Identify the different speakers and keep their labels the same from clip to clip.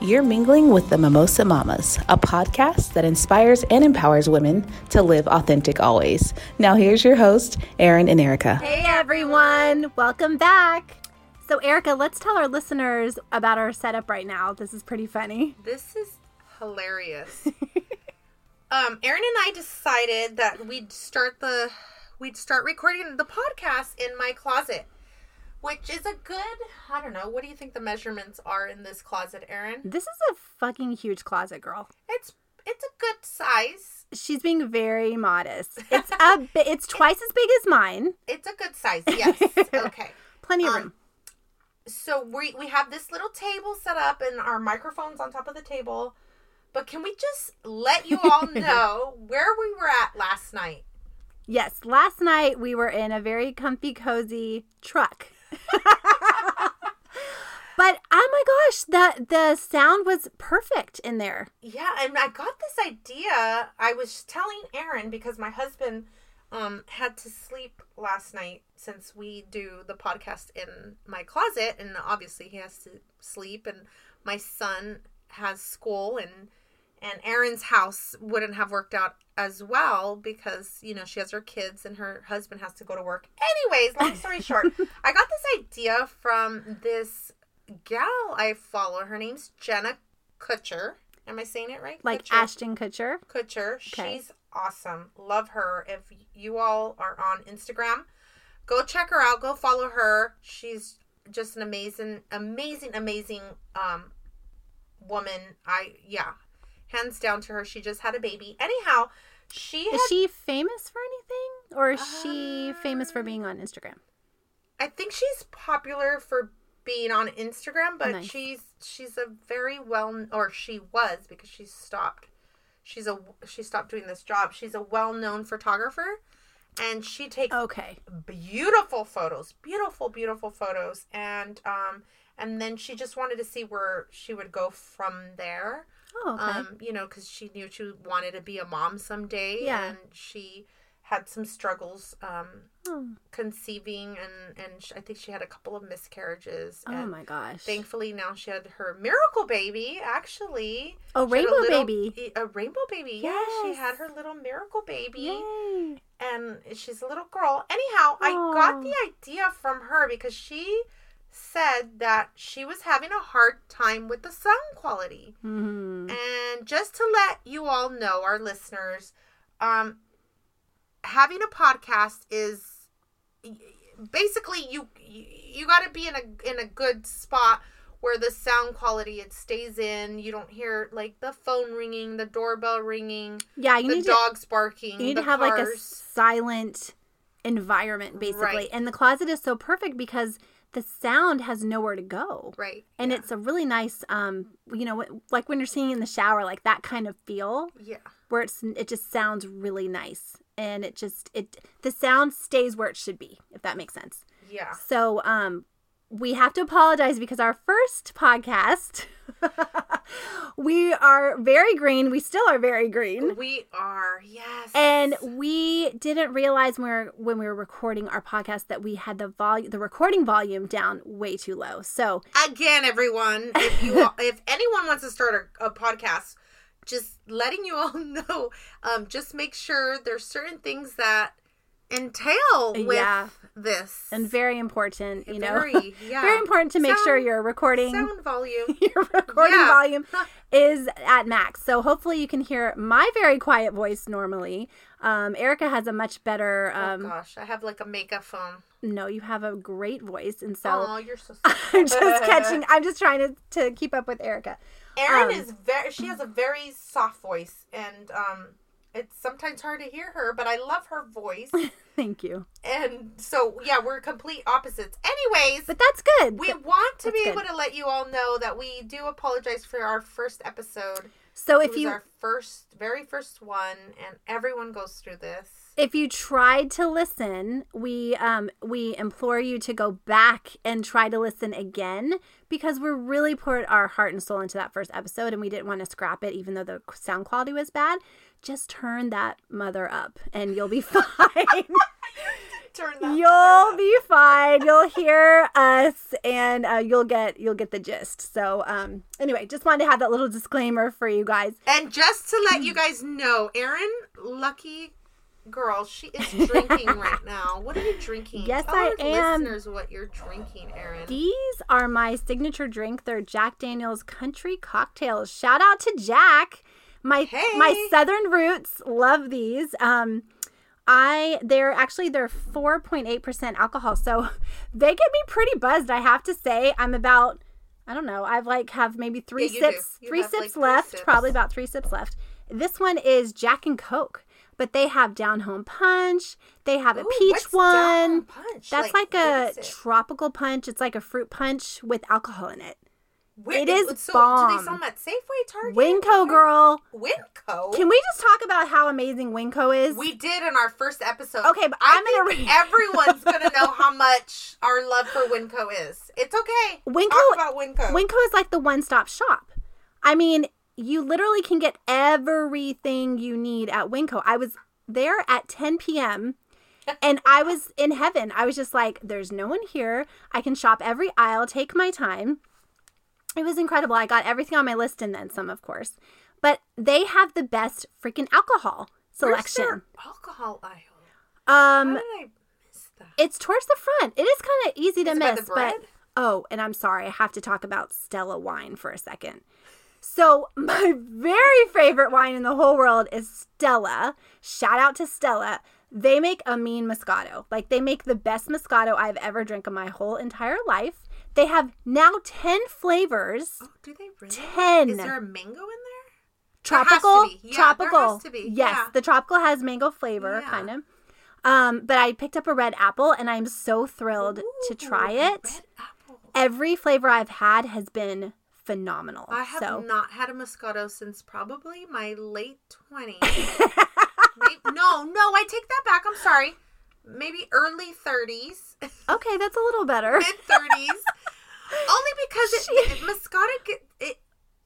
Speaker 1: You're mingling with the Mimosa Mamas, a podcast that inspires and empowers women to live authentic always. Now, here's your host, Erin and Erica.
Speaker 2: Hey everyone, welcome back. So, Erica, let's tell our listeners about our setup right now. This is pretty funny.
Speaker 3: This is hilarious. um, Aaron and I decided that we'd start the we'd start recording the podcast in my closet, which is a good I don't know. What do you think the measurements are in this closet, Aaron?
Speaker 2: This is a fucking huge closet, girl.
Speaker 3: It's it's a good size.
Speaker 2: She's being very modest. It's a bi- it's twice as big as mine.
Speaker 3: It's a good size. Yes. Okay.
Speaker 2: Plenty of
Speaker 3: Um,
Speaker 2: room.
Speaker 3: so we we have this little table set up and our microphones on top of the table. But can we just let you all know where we were at last night?
Speaker 2: Yes, last night we were in a very comfy, cozy truck. but oh my gosh, the the sound was perfect in there.
Speaker 3: Yeah, and I got this idea. I was telling Aaron because my husband um had to sleep last night since we do the podcast in my closet and obviously he has to sleep and my son has school and and Aaron's house wouldn't have worked out as well because you know she has her kids and her husband has to go to work. Anyways, long story short, I got this idea from this gal I follow. Her name's Jenna Kutcher. Am I saying it right?
Speaker 2: Like
Speaker 3: Kutcher?
Speaker 2: Ashton Kutcher.
Speaker 3: Kutcher.
Speaker 2: Okay.
Speaker 3: She's awesome. Love her. If you all are on Instagram, go check her out. Go follow her. She's just an amazing, amazing, amazing um woman. I yeah, hands down to her. She just had a baby. Anyhow, she had,
Speaker 2: Is she famous for anything? Or is she famous
Speaker 3: Uh,
Speaker 2: for being on Instagram?
Speaker 3: I think she's popular for being on Instagram, but
Speaker 2: Nice.
Speaker 3: she's she's a very well or she was because she stopped. She's a she stopped doing this job. She's a well-known photographer and she takes
Speaker 2: Okay.
Speaker 3: beautiful photos beautiful beautiful photos and um and then she just wanted to see where she would go from there
Speaker 2: Oh, okay.
Speaker 3: um you know because she knew she wanted to be a mom someday
Speaker 2: Yeah.
Speaker 3: and she had some struggles um
Speaker 2: Oh.
Speaker 3: conceiving and and sh- i think she had a couple of miscarriages
Speaker 2: Oh
Speaker 3: and
Speaker 2: my gosh.
Speaker 3: thankfully now she had her miracle baby actually
Speaker 2: A
Speaker 3: She had
Speaker 2: rainbow
Speaker 3: little- e,
Speaker 2: baby.
Speaker 3: a rainbow baby yeah
Speaker 2: Yes.
Speaker 3: she had her little miracle baby
Speaker 2: Yay.
Speaker 3: and she's a little girl. Anyhow, I
Speaker 2: Aw.
Speaker 3: got the idea from her because she said that she was having a hard time with the sound quality.
Speaker 2: Mhm.
Speaker 3: And just to let you all know, our listeners, um, having a podcast is basically you you got to be in a in a good spot where the sound quality it stays in. You don't hear like the phone ringing, the doorbell ringing,
Speaker 2: Yeah, you
Speaker 3: the
Speaker 2: need to
Speaker 3: dogs barking.
Speaker 2: you need
Speaker 3: the
Speaker 2: to have like a
Speaker 3: cars.
Speaker 2: silent environment basically.
Speaker 3: Right.
Speaker 2: And the closet is so perfect because the sound has nowhere to go.
Speaker 3: Right.
Speaker 2: And
Speaker 3: yeah.
Speaker 2: it's a really nice um you know wh- like when you're singing in the shower like that kind of feel
Speaker 3: yeah.
Speaker 2: where it's it just sounds really nice and it just it the sound stays where it should be if that makes sense.
Speaker 3: Yeah.
Speaker 2: So, um, we have to apologize because our first podcast, we are very green. We still are very green.
Speaker 3: We are. Yes.
Speaker 2: And we didn't realize when we were, when we were recording our podcast that we had the volume, the recording volume down way too low. So
Speaker 3: again everyone, if you if anyone wants to start a, a podcast, just letting you all know, um just make sure there's certain things that entail with
Speaker 2: Uh, Yeah.
Speaker 3: this.
Speaker 2: and very important, you know,
Speaker 3: Very, yeah.
Speaker 2: very important to make sure
Speaker 3: Sound-
Speaker 2: you're recording
Speaker 3: sound volume.
Speaker 2: your recording
Speaker 3: Yeah.
Speaker 2: volume is at max. So hopefully you can hear my very quiet voice normally. Um, Erica has a much better. Um,
Speaker 3: oh gosh, I have like a makeup phone.
Speaker 2: no, you have a great voice, and so
Speaker 3: Oh, you're so sweet.
Speaker 2: I'm just catching. I'm just trying to, to keep up with Erica.
Speaker 3: Erin
Speaker 2: Um,
Speaker 3: is very she has a very soft voice and um it's sometimes hard to hear her, but I love her voice.
Speaker 2: Thank you.
Speaker 3: and so yeah, we're complete opposites. Anyways,
Speaker 2: But that's good.
Speaker 3: we want to
Speaker 2: that's
Speaker 3: be
Speaker 2: good.
Speaker 3: able to let you all know that we do apologize for our first episode.
Speaker 2: so
Speaker 3: it
Speaker 2: if
Speaker 3: was
Speaker 2: you
Speaker 3: our first, very first one, and everyone goes through this.
Speaker 2: if you tried to listen, we um we implore you to go back and try to listen again because we really poured our heart and soul into that first episode and we didn't want to scrap it even though the sound quality was bad. Just turn that mother up and you'll be fine.
Speaker 3: Turn that.
Speaker 2: you'll be fine. You'll hear us, and uh, you'll get you'll get the gist. So, um, anyway, just wanted to have that little disclaimer for you guys.
Speaker 3: And just to let you guys know, Erin, lucky girl, she is drinking right now. What are you drinking?
Speaker 2: Yes,
Speaker 3: Tell
Speaker 2: I
Speaker 3: our
Speaker 2: am.
Speaker 3: Listeners, what you're drinking, Erin?
Speaker 2: These are my signature drink. They're Jack Daniel's Country Cocktails. Shout out to Jack. My
Speaker 3: Hey.
Speaker 2: my Southern roots love these. Um, I they're actually they're 4.8% alcohol. So they get me pretty buzzed, I have to say. I'm about I don't know. I've like have maybe 3
Speaker 3: Yeah, you do.
Speaker 2: sips,
Speaker 3: You
Speaker 2: 3
Speaker 3: have, like,
Speaker 2: sips
Speaker 3: three
Speaker 2: left,
Speaker 3: sips.
Speaker 2: probably about 3 sips left. This one is Jack and Coke, but they have down home punch. They have a
Speaker 3: Ooh,
Speaker 2: peach
Speaker 3: what's
Speaker 2: one.
Speaker 3: Down Punch?
Speaker 2: That's like,
Speaker 3: Like,
Speaker 2: a
Speaker 3: what is it?
Speaker 2: tropical punch. It's like a fruit punch with alcohol in it.
Speaker 3: Where-
Speaker 2: it is
Speaker 3: so, Do
Speaker 2: bomb.
Speaker 3: they sell them at Safeway, Target?
Speaker 2: Winco girl.
Speaker 3: Winco.
Speaker 2: Can we just talk about how amazing Winco is?
Speaker 3: we did in our first episode.
Speaker 2: Okay, but
Speaker 3: I
Speaker 2: I'm gonna
Speaker 3: think
Speaker 2: re-
Speaker 3: everyone's gonna know how much our love for Winco is. It's okay.
Speaker 2: Winco-
Speaker 3: Talk about Winco.
Speaker 2: Winco is like the one-stop shop. I mean, you literally can get everything you need at Winco. I was there at 10 p.m. and I was in heaven. I was just like, there's no one here. I can shop every aisle, take my time. It was incredible. I got everything on my list and then some, of course. But they have the best freaking alcohol
Speaker 3: Where's
Speaker 2: selection.
Speaker 3: their alcohol aisle. How
Speaker 2: Um,
Speaker 3: did I miss that?
Speaker 2: it's towards the front. It is kind of easy to
Speaker 3: Is it by the
Speaker 2: miss, but
Speaker 3: bread?
Speaker 2: oh, and I'm sorry, I have to talk about Stella wine for a second. So my very favorite wine in the whole world is Stella. Shout out to Stella. They make a mean Moscato. Like they make the best Moscato I've ever drank in my whole entire life. They have now 10 flavors.
Speaker 3: Oh, do they really?
Speaker 2: Ten.
Speaker 3: Is there a mango in there? There has
Speaker 2: tropical
Speaker 3: to be. Yeah, there
Speaker 2: tropical
Speaker 3: has to be.
Speaker 2: yes
Speaker 3: Yeah.
Speaker 2: the tropical has mango flavor
Speaker 3: Yeah.
Speaker 2: kind of um but i picked up a red apple and i'm so thrilled to try
Speaker 3: Ooh,
Speaker 2: it
Speaker 3: Red apple.
Speaker 2: every flavor i've had has been phenomenal
Speaker 3: I have
Speaker 2: so
Speaker 3: not had a Moscato since probably my late 20s. Maybe, no, no, I take that back. I'm sorry. Maybe early 30s,
Speaker 2: okay that's a little better
Speaker 3: mid 30s. Only because it, it, Moscato, get, it,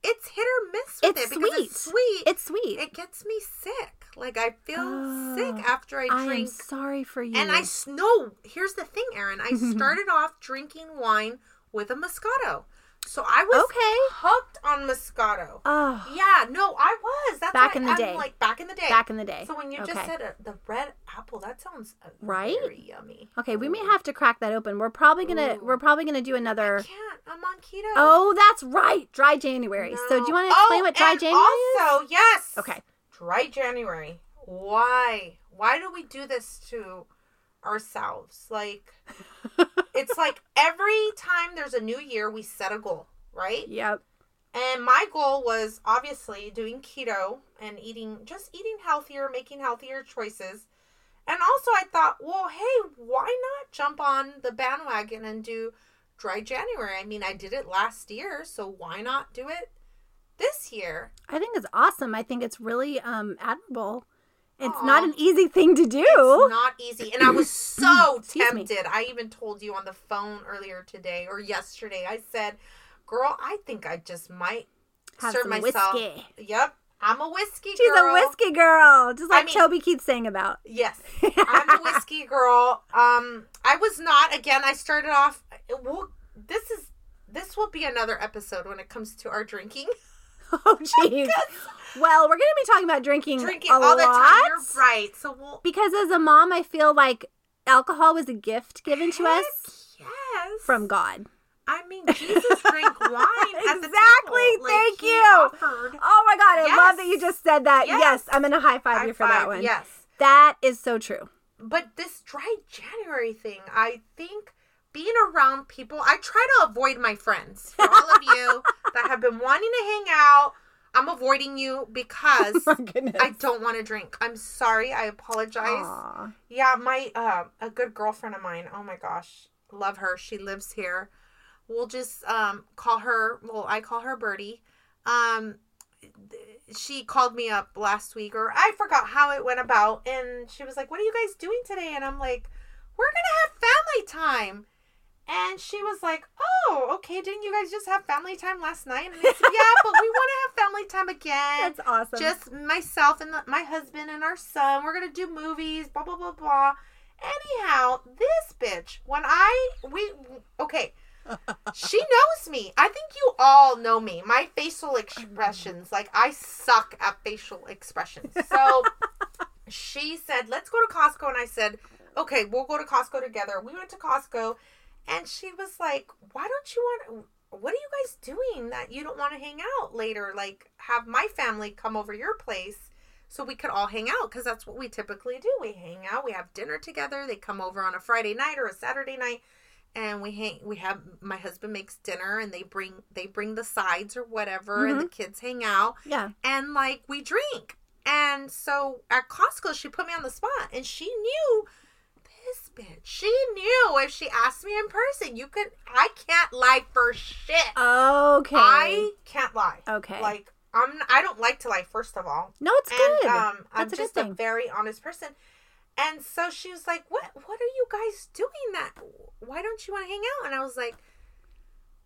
Speaker 3: it's hit or miss with
Speaker 2: It's
Speaker 3: it because it's
Speaker 2: sweet.
Speaker 3: sweet.
Speaker 2: it's sweet
Speaker 3: it gets me sick. Like, I feel
Speaker 2: Oh,
Speaker 3: sick after I
Speaker 2: i am
Speaker 3: drink
Speaker 2: sorry for you
Speaker 3: and I s- no. Here's the thing, Erin. I started off drinking wine with a Moscato, so I was
Speaker 2: Okay.
Speaker 3: hooked on Moscato.
Speaker 2: oh
Speaker 3: yeah, no, I was. That's
Speaker 2: Back
Speaker 3: what
Speaker 2: in the
Speaker 3: I'm
Speaker 2: day.
Speaker 3: Like back in the day.
Speaker 2: back in the day
Speaker 3: So when you
Speaker 2: Okay.
Speaker 3: just said uh the red apple, that sounds uh,
Speaker 2: Right?
Speaker 3: Very yummy.
Speaker 2: okay we may have to crack that open we're probably gonna
Speaker 3: Ooh.
Speaker 2: we're probably gonna do another
Speaker 3: I can't. I'm on keto.
Speaker 2: oh that's right dry january so do you want to explain
Speaker 3: Oh,
Speaker 2: what dry
Speaker 3: and
Speaker 2: january is
Speaker 3: Also, yes.
Speaker 2: okay
Speaker 3: Dry January. Why? Why do we do this to ourselves? Like, it's like every time there's a new year, we set a goal, right?
Speaker 2: yep
Speaker 3: And my goal was obviously doing keto and eating, just eating healthier, making healthier choices. And also, I thought, well, hey, why not jump on the bandwagon and do dry January? I mean, I did it last year, so why not do it this year?
Speaker 2: I think it's awesome. I think it's really um admirable. It's not
Speaker 3: Aw.
Speaker 2: an easy thing to do.
Speaker 3: It's not easy. And I was so
Speaker 2: Excuse me.
Speaker 3: tempted. I even told you on the phone earlier today or yesterday. I said, girl, I think I just might
Speaker 2: Have
Speaker 3: serve
Speaker 2: some
Speaker 3: myself.
Speaker 2: whiskey.
Speaker 3: Yep. I'm a whiskey
Speaker 2: She's
Speaker 3: girl.
Speaker 2: a whiskey girl, just
Speaker 3: I
Speaker 2: like
Speaker 3: mean-
Speaker 2: Toby Keith sang about.
Speaker 3: Yes. I'm a whiskey girl. Um, I was not. Again, I started off. Well, this is. This will be another episode when it comes to our drinking.
Speaker 2: Oh jeez. well, we're gonna be talking about drinking,
Speaker 3: Drinking
Speaker 2: a
Speaker 3: all the time.
Speaker 2: lot,
Speaker 3: You're right. So we'll.
Speaker 2: Because as a mom, I feel like alcohol was a gift given to
Speaker 3: Heck
Speaker 2: us
Speaker 3: Yes.
Speaker 2: from God.
Speaker 3: I mean, Jesus drank wine at the
Speaker 2: Exactly.
Speaker 3: table. Like,
Speaker 2: Thank
Speaker 3: he
Speaker 2: you.
Speaker 3: offered.
Speaker 2: Oh my God, I love
Speaker 3: Yes.
Speaker 2: that you just said that. Yes,
Speaker 3: Yes.
Speaker 2: I'm gonna high five you
Speaker 3: High
Speaker 2: for that
Speaker 3: five,
Speaker 2: one.
Speaker 3: Yes.
Speaker 2: That is so true.
Speaker 3: But this dry January thing, I think being around people, I try to avoid my friends. For all of you that have been wanting to hang out, I'm avoiding you because
Speaker 2: Oh goodness.
Speaker 3: I don't want to drink. I'm sorry. I apologize.
Speaker 2: Aw.
Speaker 3: Yeah, my uh, a good girlfriend of mine. Oh my gosh, love her. She lives here. We'll just um call her. Well, I call her Birdie. Um, th- she called me up last week, or I forgot how it went about, and she was like, "What are you guys doing today?" And I'm like, "We're gonna have family time." And she was like, "Oh, okay. Didn't you guys just have family time last night?" And I said, "Yeah, but we want to have family time again."
Speaker 2: That's awesome.
Speaker 3: Just myself and the, my husband and our son. We're gonna do movies. Blah blah blah blah. Anyhow, this bitch marriage. When I we okay, she knows me. I think you all know me. My facial expressions, like I suck at facial expressions. So she said, "Let's go to Costco," and I said, "Okay, we'll go to Costco together." We went to Costco, and she was like, "Why don't you want?" What are you guys doing that you don't want to hang out later? Like, have my family come over your place so we could all hang out because that's what we typically do. We hang out, we have dinner together. They come over on a Friday night or a Saturday night, and we hang. We have my husband makes dinner, and they bring they bring the sides or whatever, and the kids hang out,
Speaker 2: Yeah.
Speaker 3: and like we drink. And so at Costco, she put me on the spot, and she knew this bitch. She knew if she asked me in person, you could. I can't lie for shit.
Speaker 2: Okay.
Speaker 3: I can't lie.
Speaker 2: Okay.
Speaker 3: Like I'm. I don't like to lie. First of all,
Speaker 2: no, it's
Speaker 3: and
Speaker 2: good.
Speaker 3: um, I'm
Speaker 2: That's a
Speaker 3: just
Speaker 2: good
Speaker 3: a,
Speaker 2: thing.
Speaker 3: very honest person. And so she was like, "What? What are you guys doing? That? Why don't you want to hang out?" And I was like,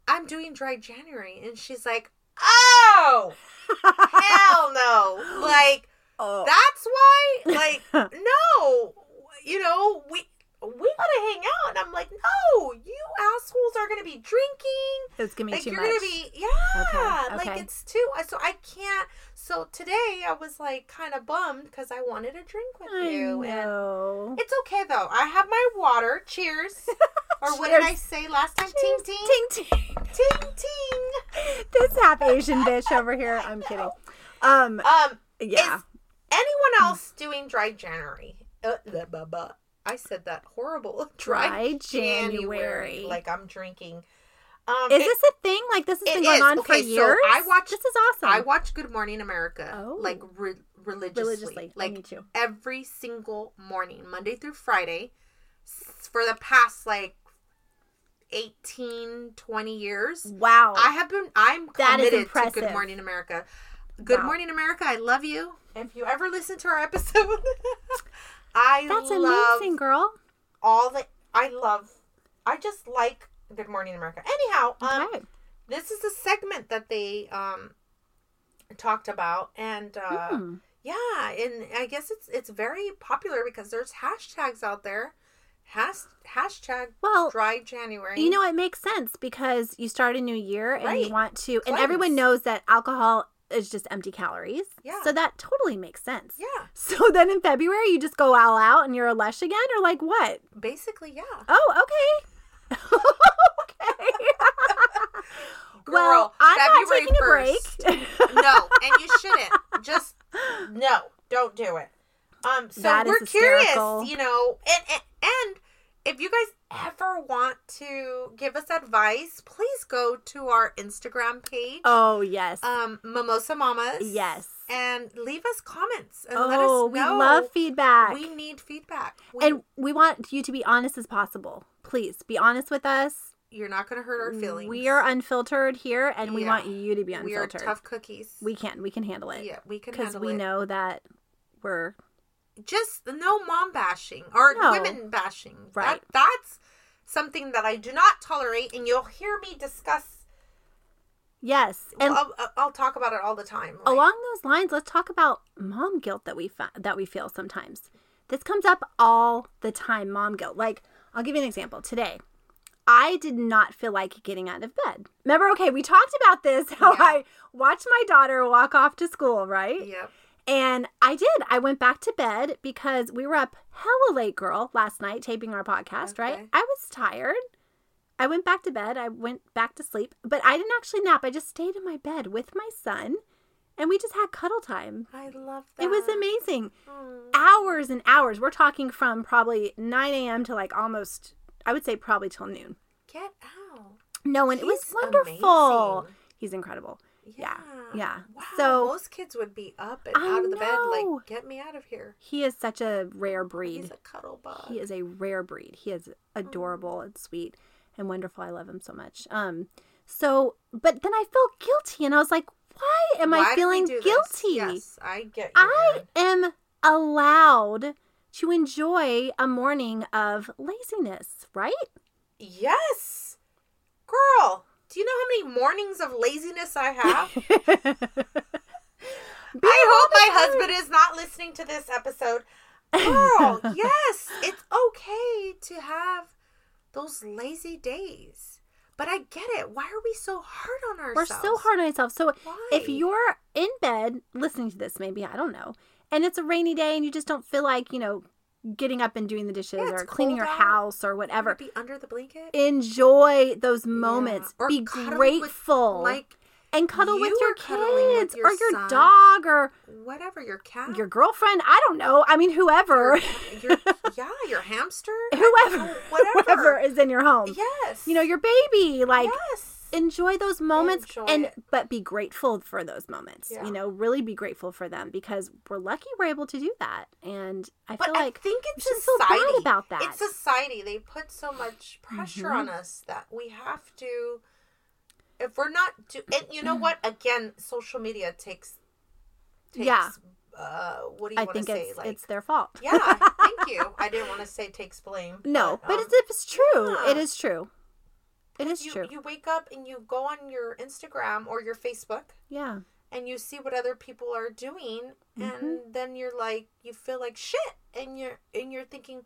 Speaker 3: "I'm doing dry January." And she's like, "Oh, hell no! Like
Speaker 2: oh.
Speaker 3: that's why? Like no, you know we." We gotta hang out, and I'm like, no, you assholes are gonna be drinking
Speaker 2: it's gonna be
Speaker 3: like
Speaker 2: too
Speaker 3: you're
Speaker 2: much.
Speaker 3: gonna be yeah
Speaker 2: Okay,
Speaker 3: like
Speaker 2: okay.
Speaker 3: it's too so i can't so today i was like kind of bummed because i wanted a drink with
Speaker 2: I
Speaker 3: you and
Speaker 2: know.
Speaker 3: it's okay though i have my water cheers or what did i
Speaker 2: Cheers.
Speaker 3: say last time ting ting
Speaker 2: ting ting.
Speaker 3: ting ting
Speaker 2: this half Asian bitch over here. I'm kidding. Um.
Speaker 3: um
Speaker 2: Yeah.
Speaker 3: is anyone else doing dry january uh, blah, blah, blah. i said that horrible dry,
Speaker 2: Dry
Speaker 3: january.
Speaker 2: January.
Speaker 3: like i'm drinking um
Speaker 2: Is
Speaker 3: it-
Speaker 2: this a thing? Like this has
Speaker 3: It
Speaker 2: been going
Speaker 3: is.
Speaker 2: on for
Speaker 3: Okay, so
Speaker 2: years.
Speaker 3: I watched-
Speaker 2: This is awesome.
Speaker 3: I watch Good Morning America
Speaker 2: Oh.
Speaker 3: like re- religiously,
Speaker 2: religiously. Oh,
Speaker 3: like
Speaker 2: me too.
Speaker 3: every single morning, Monday through Friday, s- for the past like 18, 20 years.
Speaker 2: Wow.
Speaker 3: I have been, I'm
Speaker 2: That is
Speaker 3: committed to
Speaker 2: impressive.
Speaker 3: Good Morning America. Good
Speaker 2: Wow.
Speaker 3: Morning America, I love you. If you ever listen to our episode, I
Speaker 2: That's
Speaker 3: love
Speaker 2: amazing, girl.
Speaker 3: all the, I love, I just like Good Morning America. Anyhow, um,
Speaker 2: okay.
Speaker 3: this is a segment that they um talked about and uh
Speaker 2: Hmm.
Speaker 3: yeah and i guess it's it's very popular because there's hashtags out there Has, hashtag
Speaker 2: Well,
Speaker 3: dry january
Speaker 2: you know it makes sense because you start a new year and you
Speaker 3: Right.
Speaker 2: want to, and
Speaker 3: Cleanse.
Speaker 2: everyone knows that alcohol is just empty calories.
Speaker 3: Yeah.
Speaker 2: So that totally makes sense.
Speaker 3: yeah
Speaker 2: So then in February you just go all out and you're a lush again, or like what?
Speaker 3: basically yeah
Speaker 2: Oh, okay. okay.
Speaker 3: Girl,
Speaker 2: well, I'm
Speaker 3: February
Speaker 2: not taking
Speaker 3: 1st.
Speaker 2: a break.
Speaker 3: no and you shouldn't just no don't do it um so
Speaker 2: That is
Speaker 3: we're curious
Speaker 2: hysterical.
Speaker 3: you know and, and and if you guys ever want to give us advice please go to our instagram page
Speaker 2: oh yes.
Speaker 3: um mimosa mamas
Speaker 2: yes.
Speaker 3: and leave us comments and
Speaker 2: oh,
Speaker 3: let us know
Speaker 2: we love feedback.
Speaker 3: we need feedback we,
Speaker 2: and we want you to be honest as possible. Please be honest with us.
Speaker 3: you're not going to hurt our feelings
Speaker 2: We are unfiltered here, and we
Speaker 3: Yeah.
Speaker 2: want you to be
Speaker 3: we are
Speaker 2: unfiltered.
Speaker 3: tough cookies
Speaker 2: We can. We can handle it.
Speaker 3: yeah we can
Speaker 2: Because
Speaker 3: handle
Speaker 2: we
Speaker 3: it
Speaker 2: know that we're
Speaker 3: just no mom bashing or
Speaker 2: No.
Speaker 3: women bashing
Speaker 2: Right.
Speaker 3: that, that's something that i do not tolerate and you'll hear me discuss
Speaker 2: yes. And
Speaker 3: I'll, uh, I'll- I'll talk about it all the time like,
Speaker 2: along those lines, let's talk about mom guilt that we fi- that we feel sometimes. This comes up all the time, mom guilt. Like, I'll give you an example. Today, I did not feel like getting out of bed. Remember, okay, we talked about this how
Speaker 3: Yeah.
Speaker 2: I watched my daughter walk off to school, right?
Speaker 3: yep
Speaker 2: And I did. I went back to bed because we were up hella late, girl, last night taping our podcast, right?
Speaker 3: Okay.
Speaker 2: I was tired. I went back to bed. I went back to sleep, but I didn't actually nap. I just stayed in my bed with my son and we just had cuddle time.
Speaker 3: i love that
Speaker 2: It was amazing.
Speaker 3: amazing
Speaker 2: Hours and hours. We're talking from probably 9 a.m. to like almost, I would say probably till noon.
Speaker 3: get out
Speaker 2: No, and it was
Speaker 3: He's
Speaker 2: wonderful.
Speaker 3: amazing.
Speaker 2: He's incredible.
Speaker 3: yeah
Speaker 2: Yeah, yeah.
Speaker 3: wow
Speaker 2: So-
Speaker 3: most kids would be up and
Speaker 2: I
Speaker 3: out of the bed
Speaker 2: know.
Speaker 3: like get me out of here
Speaker 2: He is such a rare breed.
Speaker 3: He's a cuddle bug.
Speaker 2: He is a rare breed. He is adorable and sweet and wonderful. I love him so much. Um, so, but then I felt guilty, and I was like, "Why am
Speaker 3: Why do
Speaker 2: I
Speaker 3: we
Speaker 2: feeling
Speaker 3: do this?
Speaker 2: guilty?
Speaker 3: Yes, I get you.
Speaker 2: I
Speaker 3: Anne.
Speaker 2: am allowed to enjoy a morning of laziness, right?
Speaker 3: Yes, girl. Do you know how many mornings of laziness I have? I hope my husband is not listening to this episode. Girl, yes, it's okay to have those lazy days. But I get it. Why are we so hard on
Speaker 2: We're
Speaker 3: ourselves?
Speaker 2: so hard on ourselves. So if
Speaker 3: Why?
Speaker 2: you're in bed listening to this, maybe I don't know, and it's a rainy day and you just don't feel like you know getting up and doing the dishes
Speaker 3: Yeah, it's
Speaker 2: or cleaning your
Speaker 3: cold out.
Speaker 2: house or whatever,
Speaker 3: Ever be under the blanket?
Speaker 2: enjoy those
Speaker 3: Yeah.
Speaker 2: moments.
Speaker 3: Or
Speaker 2: Be
Speaker 3: cuddle with,
Speaker 2: grateful,
Speaker 3: like
Speaker 2: and cuddle with
Speaker 3: you
Speaker 2: your
Speaker 3: are cuddling with
Speaker 2: kids
Speaker 3: your
Speaker 2: or your
Speaker 3: son.
Speaker 2: dog or
Speaker 3: whatever your cat,
Speaker 2: your girlfriend. I don't know. I mean, whoever,
Speaker 3: your yeah, your hamster, I don't
Speaker 2: whoever,
Speaker 3: know, whatever.
Speaker 2: whoever is in your home.
Speaker 3: Yes,
Speaker 2: You know, your baby, like.
Speaker 3: yes,
Speaker 2: enjoy those moments
Speaker 3: Enjoy
Speaker 2: and
Speaker 3: it.
Speaker 2: but be grateful for those moments
Speaker 3: Yeah.
Speaker 2: you know really be grateful for them because we're lucky we're able to do that and i
Speaker 3: But
Speaker 2: feel
Speaker 3: I
Speaker 2: like
Speaker 3: think
Speaker 2: we
Speaker 3: it's
Speaker 2: shouldn't feel
Speaker 3: society.
Speaker 2: bad about that Mm-hmm.
Speaker 3: It's society. They put so much pressure on us that we have to. If we're not do, and you know what? Again, social media takes. takes
Speaker 2: Yeah.
Speaker 3: Uh, what do you
Speaker 2: i
Speaker 3: want to
Speaker 2: think
Speaker 3: say?
Speaker 2: it's
Speaker 3: like,
Speaker 2: it's their fault
Speaker 3: yeah. Thank you. I didn't want to say takes blame.
Speaker 2: no but
Speaker 3: um,
Speaker 2: it's, it's true
Speaker 3: yeah.
Speaker 2: it is true it is
Speaker 3: you,
Speaker 2: true
Speaker 3: You wake up and you go on your Instagram or your Facebook
Speaker 2: yeah
Speaker 3: and you see what other people are doing and
Speaker 2: Mm-hmm.
Speaker 3: then you're like you feel like shit and you're and you're thinking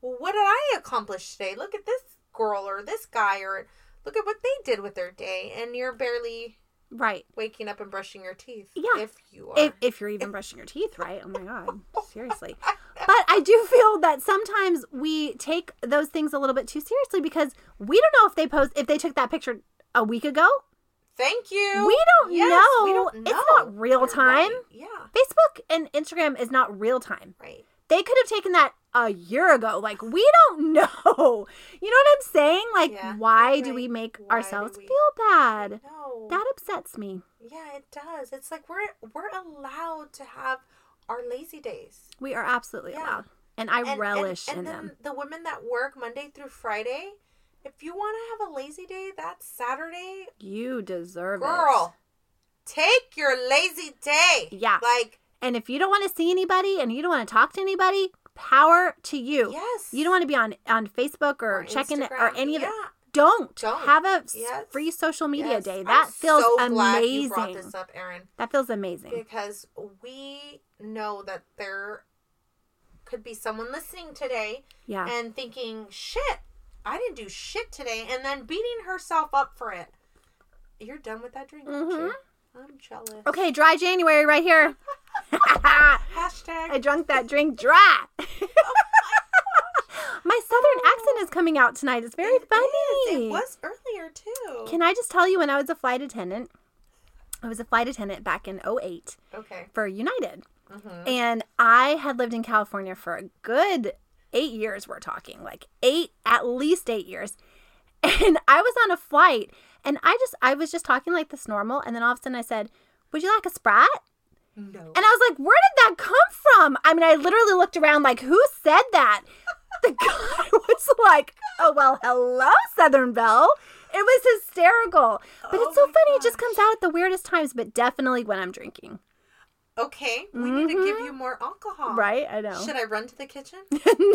Speaker 3: well what did i accomplish today look at this girl or this guy or look at what they did with their day and you're barely
Speaker 2: right
Speaker 3: waking up and brushing your teeth
Speaker 2: Yeah.
Speaker 3: if you are
Speaker 2: if, if you're even brushing your teeth right oh my god seriously but i do feel that sometimes we take those things a little bit too seriously because we don't know if they post if they took that picture a week ago
Speaker 3: thank you
Speaker 2: We don't know. It's not real
Speaker 3: You're
Speaker 2: time.
Speaker 3: right. yeah
Speaker 2: Facebook and Instagram is not real time.
Speaker 3: right
Speaker 2: They could have taken that a year ago. Like we don't know. You know what I'm saying? Like
Speaker 3: Yeah,
Speaker 2: why
Speaker 3: you're
Speaker 2: do we
Speaker 3: right.
Speaker 2: make
Speaker 3: Why do
Speaker 2: ourselves
Speaker 3: we-
Speaker 2: feel bad?
Speaker 3: no
Speaker 2: That upsets me.
Speaker 3: yeah it does it's like we're we're allowed to have our lazy days
Speaker 2: We are absolutely
Speaker 3: Yeah.
Speaker 2: allowed. And I relish
Speaker 3: and, and
Speaker 2: in
Speaker 3: then
Speaker 2: them.
Speaker 3: The women that work Monday through Friday, if you want to have a lazy day that Saturday,
Speaker 2: You deserve
Speaker 3: girl, take your lazy day.
Speaker 2: Yeah.
Speaker 3: Like,
Speaker 2: it. And if you don't want to see anybody and you don't want to talk to anybody, power to you.
Speaker 3: yes.
Speaker 2: You don't want to be on on Facebook or,
Speaker 3: Or
Speaker 2: checking it or
Speaker 3: Instagram.
Speaker 2: any of it.
Speaker 3: Yeah.
Speaker 2: Don't,
Speaker 3: Don't.
Speaker 2: have a s-
Speaker 3: Yes.
Speaker 2: free social media
Speaker 3: Yes.
Speaker 2: day.
Speaker 3: I'm
Speaker 2: That feels
Speaker 3: so
Speaker 2: amazing.
Speaker 3: Glad you brought this up, Erin,
Speaker 2: That feels amazing.
Speaker 3: because we know that there could be someone listening today
Speaker 2: Yeah.
Speaker 3: and thinking, shit, I didn't do shit today, and then beating herself up for it. You're done with that drink, aren't you? I'm jealous.
Speaker 2: Mm-hmm. okay, dry January right here. I
Speaker 3: Hashtag.
Speaker 2: drunk that drink dry. My southern accent is coming out tonight. It's very
Speaker 3: Oh. It
Speaker 2: funny.
Speaker 3: is. It was earlier too.
Speaker 2: Can I just tell you when I was a flight attendant? I was a flight attendant back in 08
Speaker 3: okay. Mm-hmm.
Speaker 2: for United. And I had lived in California for a good eight years, we're talking like eight, at least eight years. And I was on a flight and I just, I was just talking like this normal. And then all of a sudden I said, Would you like a Sprat?
Speaker 3: No.
Speaker 2: And I was like, Where did that come from? I mean, I literally looked around like, Who said that? The guy was like, Oh, well, hello, Southern Belle. It was hysterical. But
Speaker 3: Oh
Speaker 2: it's so
Speaker 3: my
Speaker 2: funny. It just comes out at the weirdest times, but definitely when I'm drinking.
Speaker 3: Okay. We need to give you more alcohol.
Speaker 2: Mm-hmm. Right? I know.
Speaker 3: Should I run to the kitchen?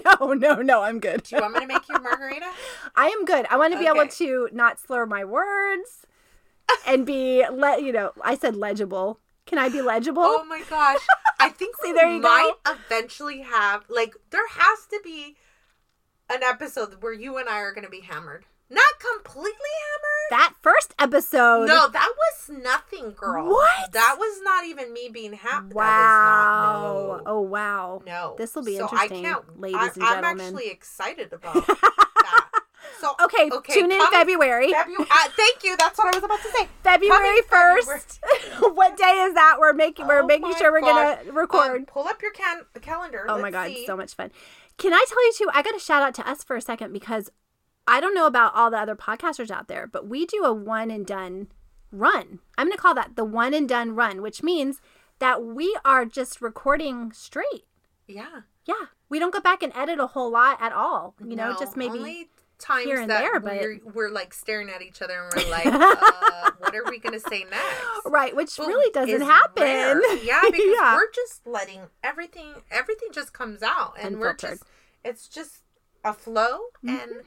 Speaker 2: no, no, no, I'm good.
Speaker 3: Do you want me to make you a margarita?
Speaker 2: I am good. I want to be able
Speaker 3: Okay.
Speaker 2: to not slur my words and be let you know, I said legible. Can I be legible?
Speaker 3: Oh my gosh. I think
Speaker 2: See,
Speaker 3: we
Speaker 2: there you go.
Speaker 3: might eventually have like there has to be an episode where you and I are gonna be hammered. Not completely hammered.
Speaker 2: that first episode.
Speaker 3: No, that was nothing, girl.
Speaker 2: Oh, What?
Speaker 3: That was not even me being happy.
Speaker 2: Wow. Oh wow.
Speaker 3: No.
Speaker 2: This will be
Speaker 3: So
Speaker 2: interesting,
Speaker 3: I can't,
Speaker 2: ladies
Speaker 3: I,
Speaker 2: and
Speaker 3: I'm
Speaker 2: gentlemen.
Speaker 3: actually excited about that. So
Speaker 2: okay, tune in
Speaker 3: come
Speaker 2: February.
Speaker 3: Febu- uh, thank you. That's what I was about to say.
Speaker 2: February
Speaker 3: February.
Speaker 2: first. what day is that? We're making we're
Speaker 3: Oh
Speaker 2: making
Speaker 3: my
Speaker 2: sure we're
Speaker 3: gosh.
Speaker 2: gonna
Speaker 3: Um,
Speaker 2: record.
Speaker 3: pull up your can- calendar.
Speaker 2: Oh
Speaker 3: Let's
Speaker 2: my god,
Speaker 3: see.
Speaker 2: so much fun. Can I tell you too? I got to shout out to us for a second because I don't know about all the other podcasters out there, but we do a one and done run. I'm going to call that the one and done run, which means that we are just recording straight.
Speaker 3: Yeah.
Speaker 2: Yeah, we don't go back and edit a whole lot at all. You know,
Speaker 3: No,
Speaker 2: just maybe
Speaker 3: only times
Speaker 2: here and
Speaker 3: that
Speaker 2: there, but-
Speaker 3: we're, we're like staring at each other and we're like, uh, what are we gonna say next?
Speaker 2: right, which
Speaker 3: Well,
Speaker 2: really doesn't
Speaker 3: is
Speaker 2: happen.
Speaker 3: rare. Yeah, because
Speaker 2: Yeah.
Speaker 3: we're just letting everything everything just comes out and we're
Speaker 2: Unfiltered. Mm-hmm.
Speaker 3: just it's just a flow and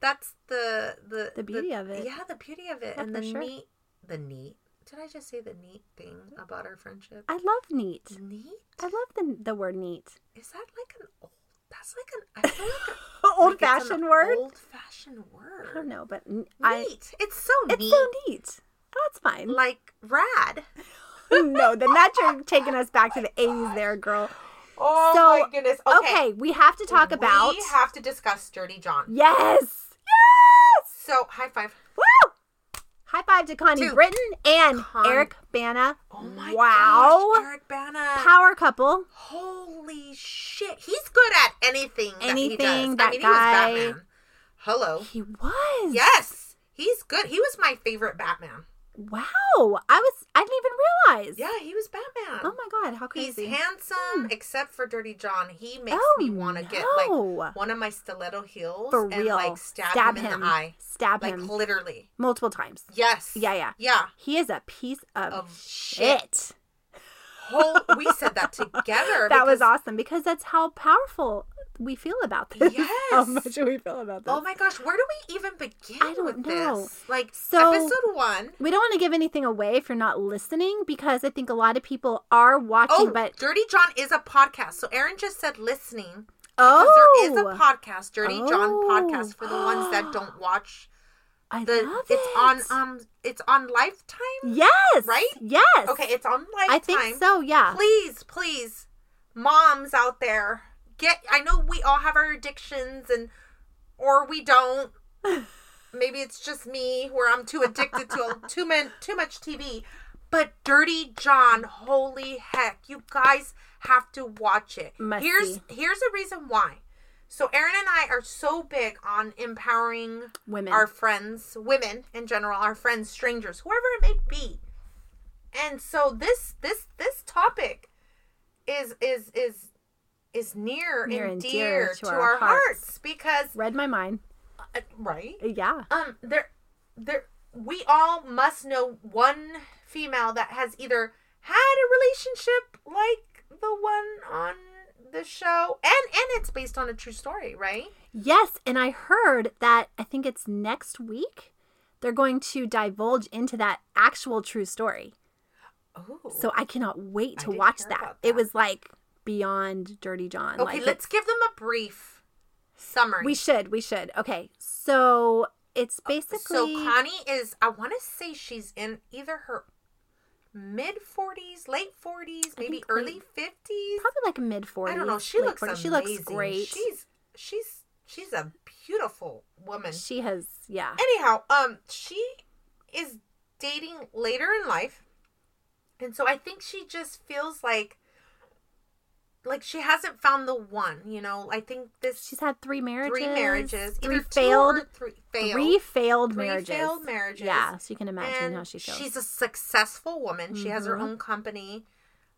Speaker 3: that's the the
Speaker 2: The beauty of it.
Speaker 3: Yeah, the beauty of it.
Speaker 2: Yeah,
Speaker 3: and
Speaker 2: for
Speaker 3: the
Speaker 2: sure.
Speaker 3: neat the neat did I just say the neat thing about our friendship?
Speaker 2: I love neat.
Speaker 3: neat?
Speaker 2: I love the the word neat.
Speaker 3: Is that like an old that's like an I feel like a- like
Speaker 2: Old
Speaker 3: it's an
Speaker 2: fashioned word.
Speaker 3: Old fashioned Russian word?
Speaker 2: I don't know, but n- I
Speaker 3: Neat. it's so
Speaker 2: it's
Speaker 3: neat.
Speaker 2: so neat. Oh, that's fine.
Speaker 3: Like rad.
Speaker 2: no, then that's you're taking us back to the 80s there, girl.
Speaker 3: Oh
Speaker 2: So,
Speaker 3: my goodness.
Speaker 2: Okay, we have to talk about
Speaker 3: We have to discuss Dirty John.
Speaker 2: Yes.
Speaker 3: So high five.
Speaker 2: Woo! High five to Connie
Speaker 3: Two.
Speaker 2: Britton and
Speaker 3: Con-
Speaker 2: Eric Bana.
Speaker 3: Oh my
Speaker 2: wow.
Speaker 3: gosh, Eric Bana.
Speaker 2: Power couple.
Speaker 3: Holy shit. He's good at anything.
Speaker 2: Anything,
Speaker 3: That
Speaker 2: that
Speaker 3: he does. I
Speaker 2: guy-
Speaker 3: mean, he was Batman. Hello.
Speaker 2: He was.
Speaker 3: Yes. He's good. He was my favorite Batman.
Speaker 2: Wow. I was I didn't even realize.
Speaker 3: Yeah, he was Batman.
Speaker 2: Oh my god, how
Speaker 3: He's
Speaker 2: crazy.
Speaker 3: handsome, except for Dirty John. He makes
Speaker 2: Oh,
Speaker 3: me want to get
Speaker 2: no.
Speaker 3: like one of my stiletto heels
Speaker 2: For
Speaker 3: and
Speaker 2: real.
Speaker 3: like stab, him, in the eye,
Speaker 2: Stab
Speaker 3: like
Speaker 2: him.
Speaker 3: literally.
Speaker 2: Multiple times.
Speaker 3: Yes.
Speaker 2: Yeah, yeah.
Speaker 3: Yeah.
Speaker 2: He is a piece of,
Speaker 3: Of shit.
Speaker 2: shit.
Speaker 3: Whole, we said that together.
Speaker 2: That was
Speaker 3: because-
Speaker 2: awesome because that's how powerful we feel about this. how
Speaker 3: Yes.
Speaker 2: much we feel about this.
Speaker 3: Oh my gosh, where do we even begin
Speaker 2: I don't
Speaker 3: with
Speaker 2: know.
Speaker 3: this? Like
Speaker 2: So-
Speaker 3: episode one.
Speaker 2: we don't want to give anything away if you're not listening because I think a lot of people are watching,
Speaker 3: Oh,
Speaker 2: but
Speaker 3: Dirty John is a podcast. So Aaron just said listening. Because
Speaker 2: oh,
Speaker 3: there is a podcast, Dirty John
Speaker 2: Oh.
Speaker 3: podcast for the ones that don't watch
Speaker 2: I
Speaker 3: the
Speaker 2: love it.
Speaker 3: it's on um it's on Lifetime.
Speaker 2: yes,
Speaker 3: right?
Speaker 2: Yes.
Speaker 3: Okay, it's on Lifetime.
Speaker 2: I think so. Yeah.
Speaker 3: Please, please, moms out there, get I know we all have our addictions and or we don't. Maybe it's just me where I'm too addicted to too much too much TV. But Dirty John, holy heck, you guys have to watch it.
Speaker 2: Must
Speaker 3: Here's here's a reason why. So Aaron and I are so big on empowering
Speaker 2: Women.
Speaker 3: our friends, women in general, our friends, strangers, whoever it may be. And so this this this topic is is is is near,
Speaker 2: Near
Speaker 3: and dear, to, our, hearts, because
Speaker 2: Read my mind.
Speaker 3: uh, right
Speaker 2: Yeah.
Speaker 3: um there there we all must know one female that has either had a relationship like the one on the show and and it's based on a true story right
Speaker 2: Yes, and I heard that I think it's next week they're going to divulge into that actual true story.
Speaker 3: oh
Speaker 2: So I cannot wait to
Speaker 3: didn't
Speaker 2: watch
Speaker 3: hear
Speaker 2: that.
Speaker 3: about
Speaker 2: It
Speaker 3: that.
Speaker 2: was like beyond Dirty John.
Speaker 3: okay
Speaker 2: like
Speaker 3: let's give them a brief summary
Speaker 2: We should. We should. Okay. So it's basically
Speaker 3: Oh, so connie is i want to say she's in either her mid 40s late 40s maybe
Speaker 2: think
Speaker 3: early
Speaker 2: late-
Speaker 3: 50s
Speaker 2: probably like mid forties.
Speaker 3: I don't know. She looks amazing.
Speaker 2: She looks great.
Speaker 3: She's she's she's a beautiful woman.
Speaker 2: she has yeah.
Speaker 3: Anyhow, um, she is dating later in life, and so I think she just feels like like she hasn't found the one. You know, I think this
Speaker 2: She's had three marriages.
Speaker 3: three marriages,
Speaker 2: Three
Speaker 3: either two
Speaker 2: failed.
Speaker 3: or three failed.
Speaker 2: Three failed
Speaker 3: Three
Speaker 2: marriages.
Speaker 3: failed marriages.
Speaker 2: Yeah, so you can imagine
Speaker 3: and
Speaker 2: how she feels. Mm-hmm.
Speaker 3: She's a successful woman. She has her own company.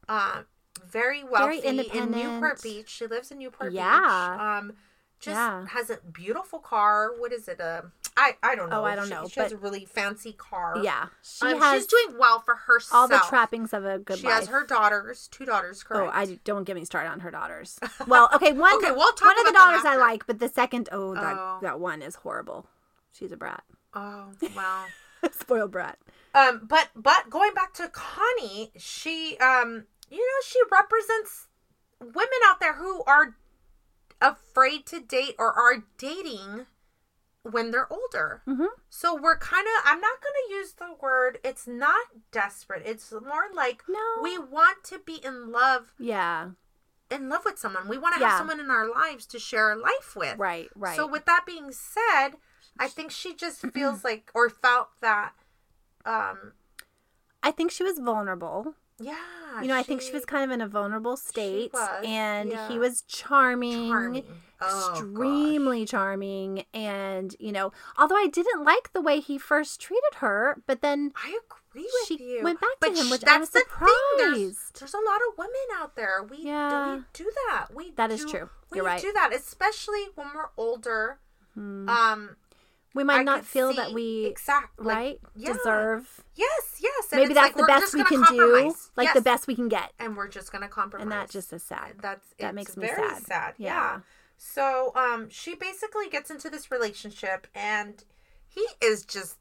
Speaker 3: Uh, very wealthy in Newport
Speaker 2: independent.
Speaker 3: Beach. She lives in Newport Beach.
Speaker 2: Yeah.
Speaker 3: Um, just
Speaker 2: Yeah.
Speaker 3: has a beautiful car. What is it? A I I don't know.
Speaker 2: Oh, I don't
Speaker 3: She-
Speaker 2: know,
Speaker 3: She, has a
Speaker 2: but-
Speaker 3: really fancy car.
Speaker 2: yeah, she
Speaker 3: Um,
Speaker 2: has
Speaker 3: she's doing well for herself.
Speaker 2: all the trappings of a good
Speaker 3: She
Speaker 2: life.
Speaker 3: has her daughters, two daughters,
Speaker 2: Oh,
Speaker 3: correct?
Speaker 2: I don't get me started on her daughters. Well, okay, one.
Speaker 3: Okay, we'll talk
Speaker 2: one of the
Speaker 3: about them
Speaker 2: daughters I
Speaker 3: after.
Speaker 2: like, but the second, oh, that
Speaker 3: Oh.
Speaker 2: that one is horrible. She's a brat,
Speaker 3: Oh, wow.
Speaker 2: spoiled brat.
Speaker 3: Um, but but going back to Connie, she um, you know, she represents women out there who are afraid to date or are dating when they're older.
Speaker 2: Mhm.
Speaker 3: So we're kind of I'm not going to use the word it's not desperate. It's more like
Speaker 2: No.
Speaker 3: we want to be in love
Speaker 2: Yeah,
Speaker 3: in love with someone. We want to
Speaker 2: Yeah.
Speaker 3: have someone in our lives to share our life with.
Speaker 2: right, right.
Speaker 3: So with that being said, I think she just feels like or felt that um
Speaker 2: I think she was vulnerable.
Speaker 3: yeah.
Speaker 2: You know, I think she was kind of in a vulnerable state,
Speaker 3: Ah, was,
Speaker 2: and
Speaker 3: yeah.
Speaker 2: he was charming,
Speaker 3: Oh,
Speaker 2: extremely charming, and you know, although I didn't like the way he first treated her, but then
Speaker 3: gosh. I agree with
Speaker 2: She
Speaker 3: you.
Speaker 2: went back to him,
Speaker 3: sh-
Speaker 2: which I was
Speaker 3: the thing, There's,
Speaker 2: surprised.
Speaker 3: there's a lot of women out there. We,
Speaker 2: Yeah.
Speaker 3: we do that. We
Speaker 2: That is
Speaker 3: do-
Speaker 2: true.
Speaker 3: We
Speaker 2: You're right. Hmm.
Speaker 3: do that, especially when we're older. Um,
Speaker 2: we might
Speaker 3: I
Speaker 2: not
Speaker 3: could
Speaker 2: feel
Speaker 3: see
Speaker 2: that we
Speaker 3: exact like,
Speaker 2: right
Speaker 3: yeah.
Speaker 2: deserve.
Speaker 3: Yes, yes. And
Speaker 2: Maybe
Speaker 3: it's
Speaker 2: that's
Speaker 3: like,
Speaker 2: the
Speaker 3: we're
Speaker 2: best
Speaker 3: just
Speaker 2: we
Speaker 3: gonna
Speaker 2: can do,
Speaker 3: compromise.
Speaker 2: like
Speaker 3: yes.
Speaker 2: the best we can get,
Speaker 3: and we're just gonna compromise.
Speaker 2: and that just is sad.
Speaker 3: that's
Speaker 2: that
Speaker 3: it's
Speaker 2: makes me
Speaker 3: very
Speaker 2: sad.
Speaker 3: sad.
Speaker 2: Yeah.
Speaker 3: Yeah. So um, she basically gets into this relationship, and he is just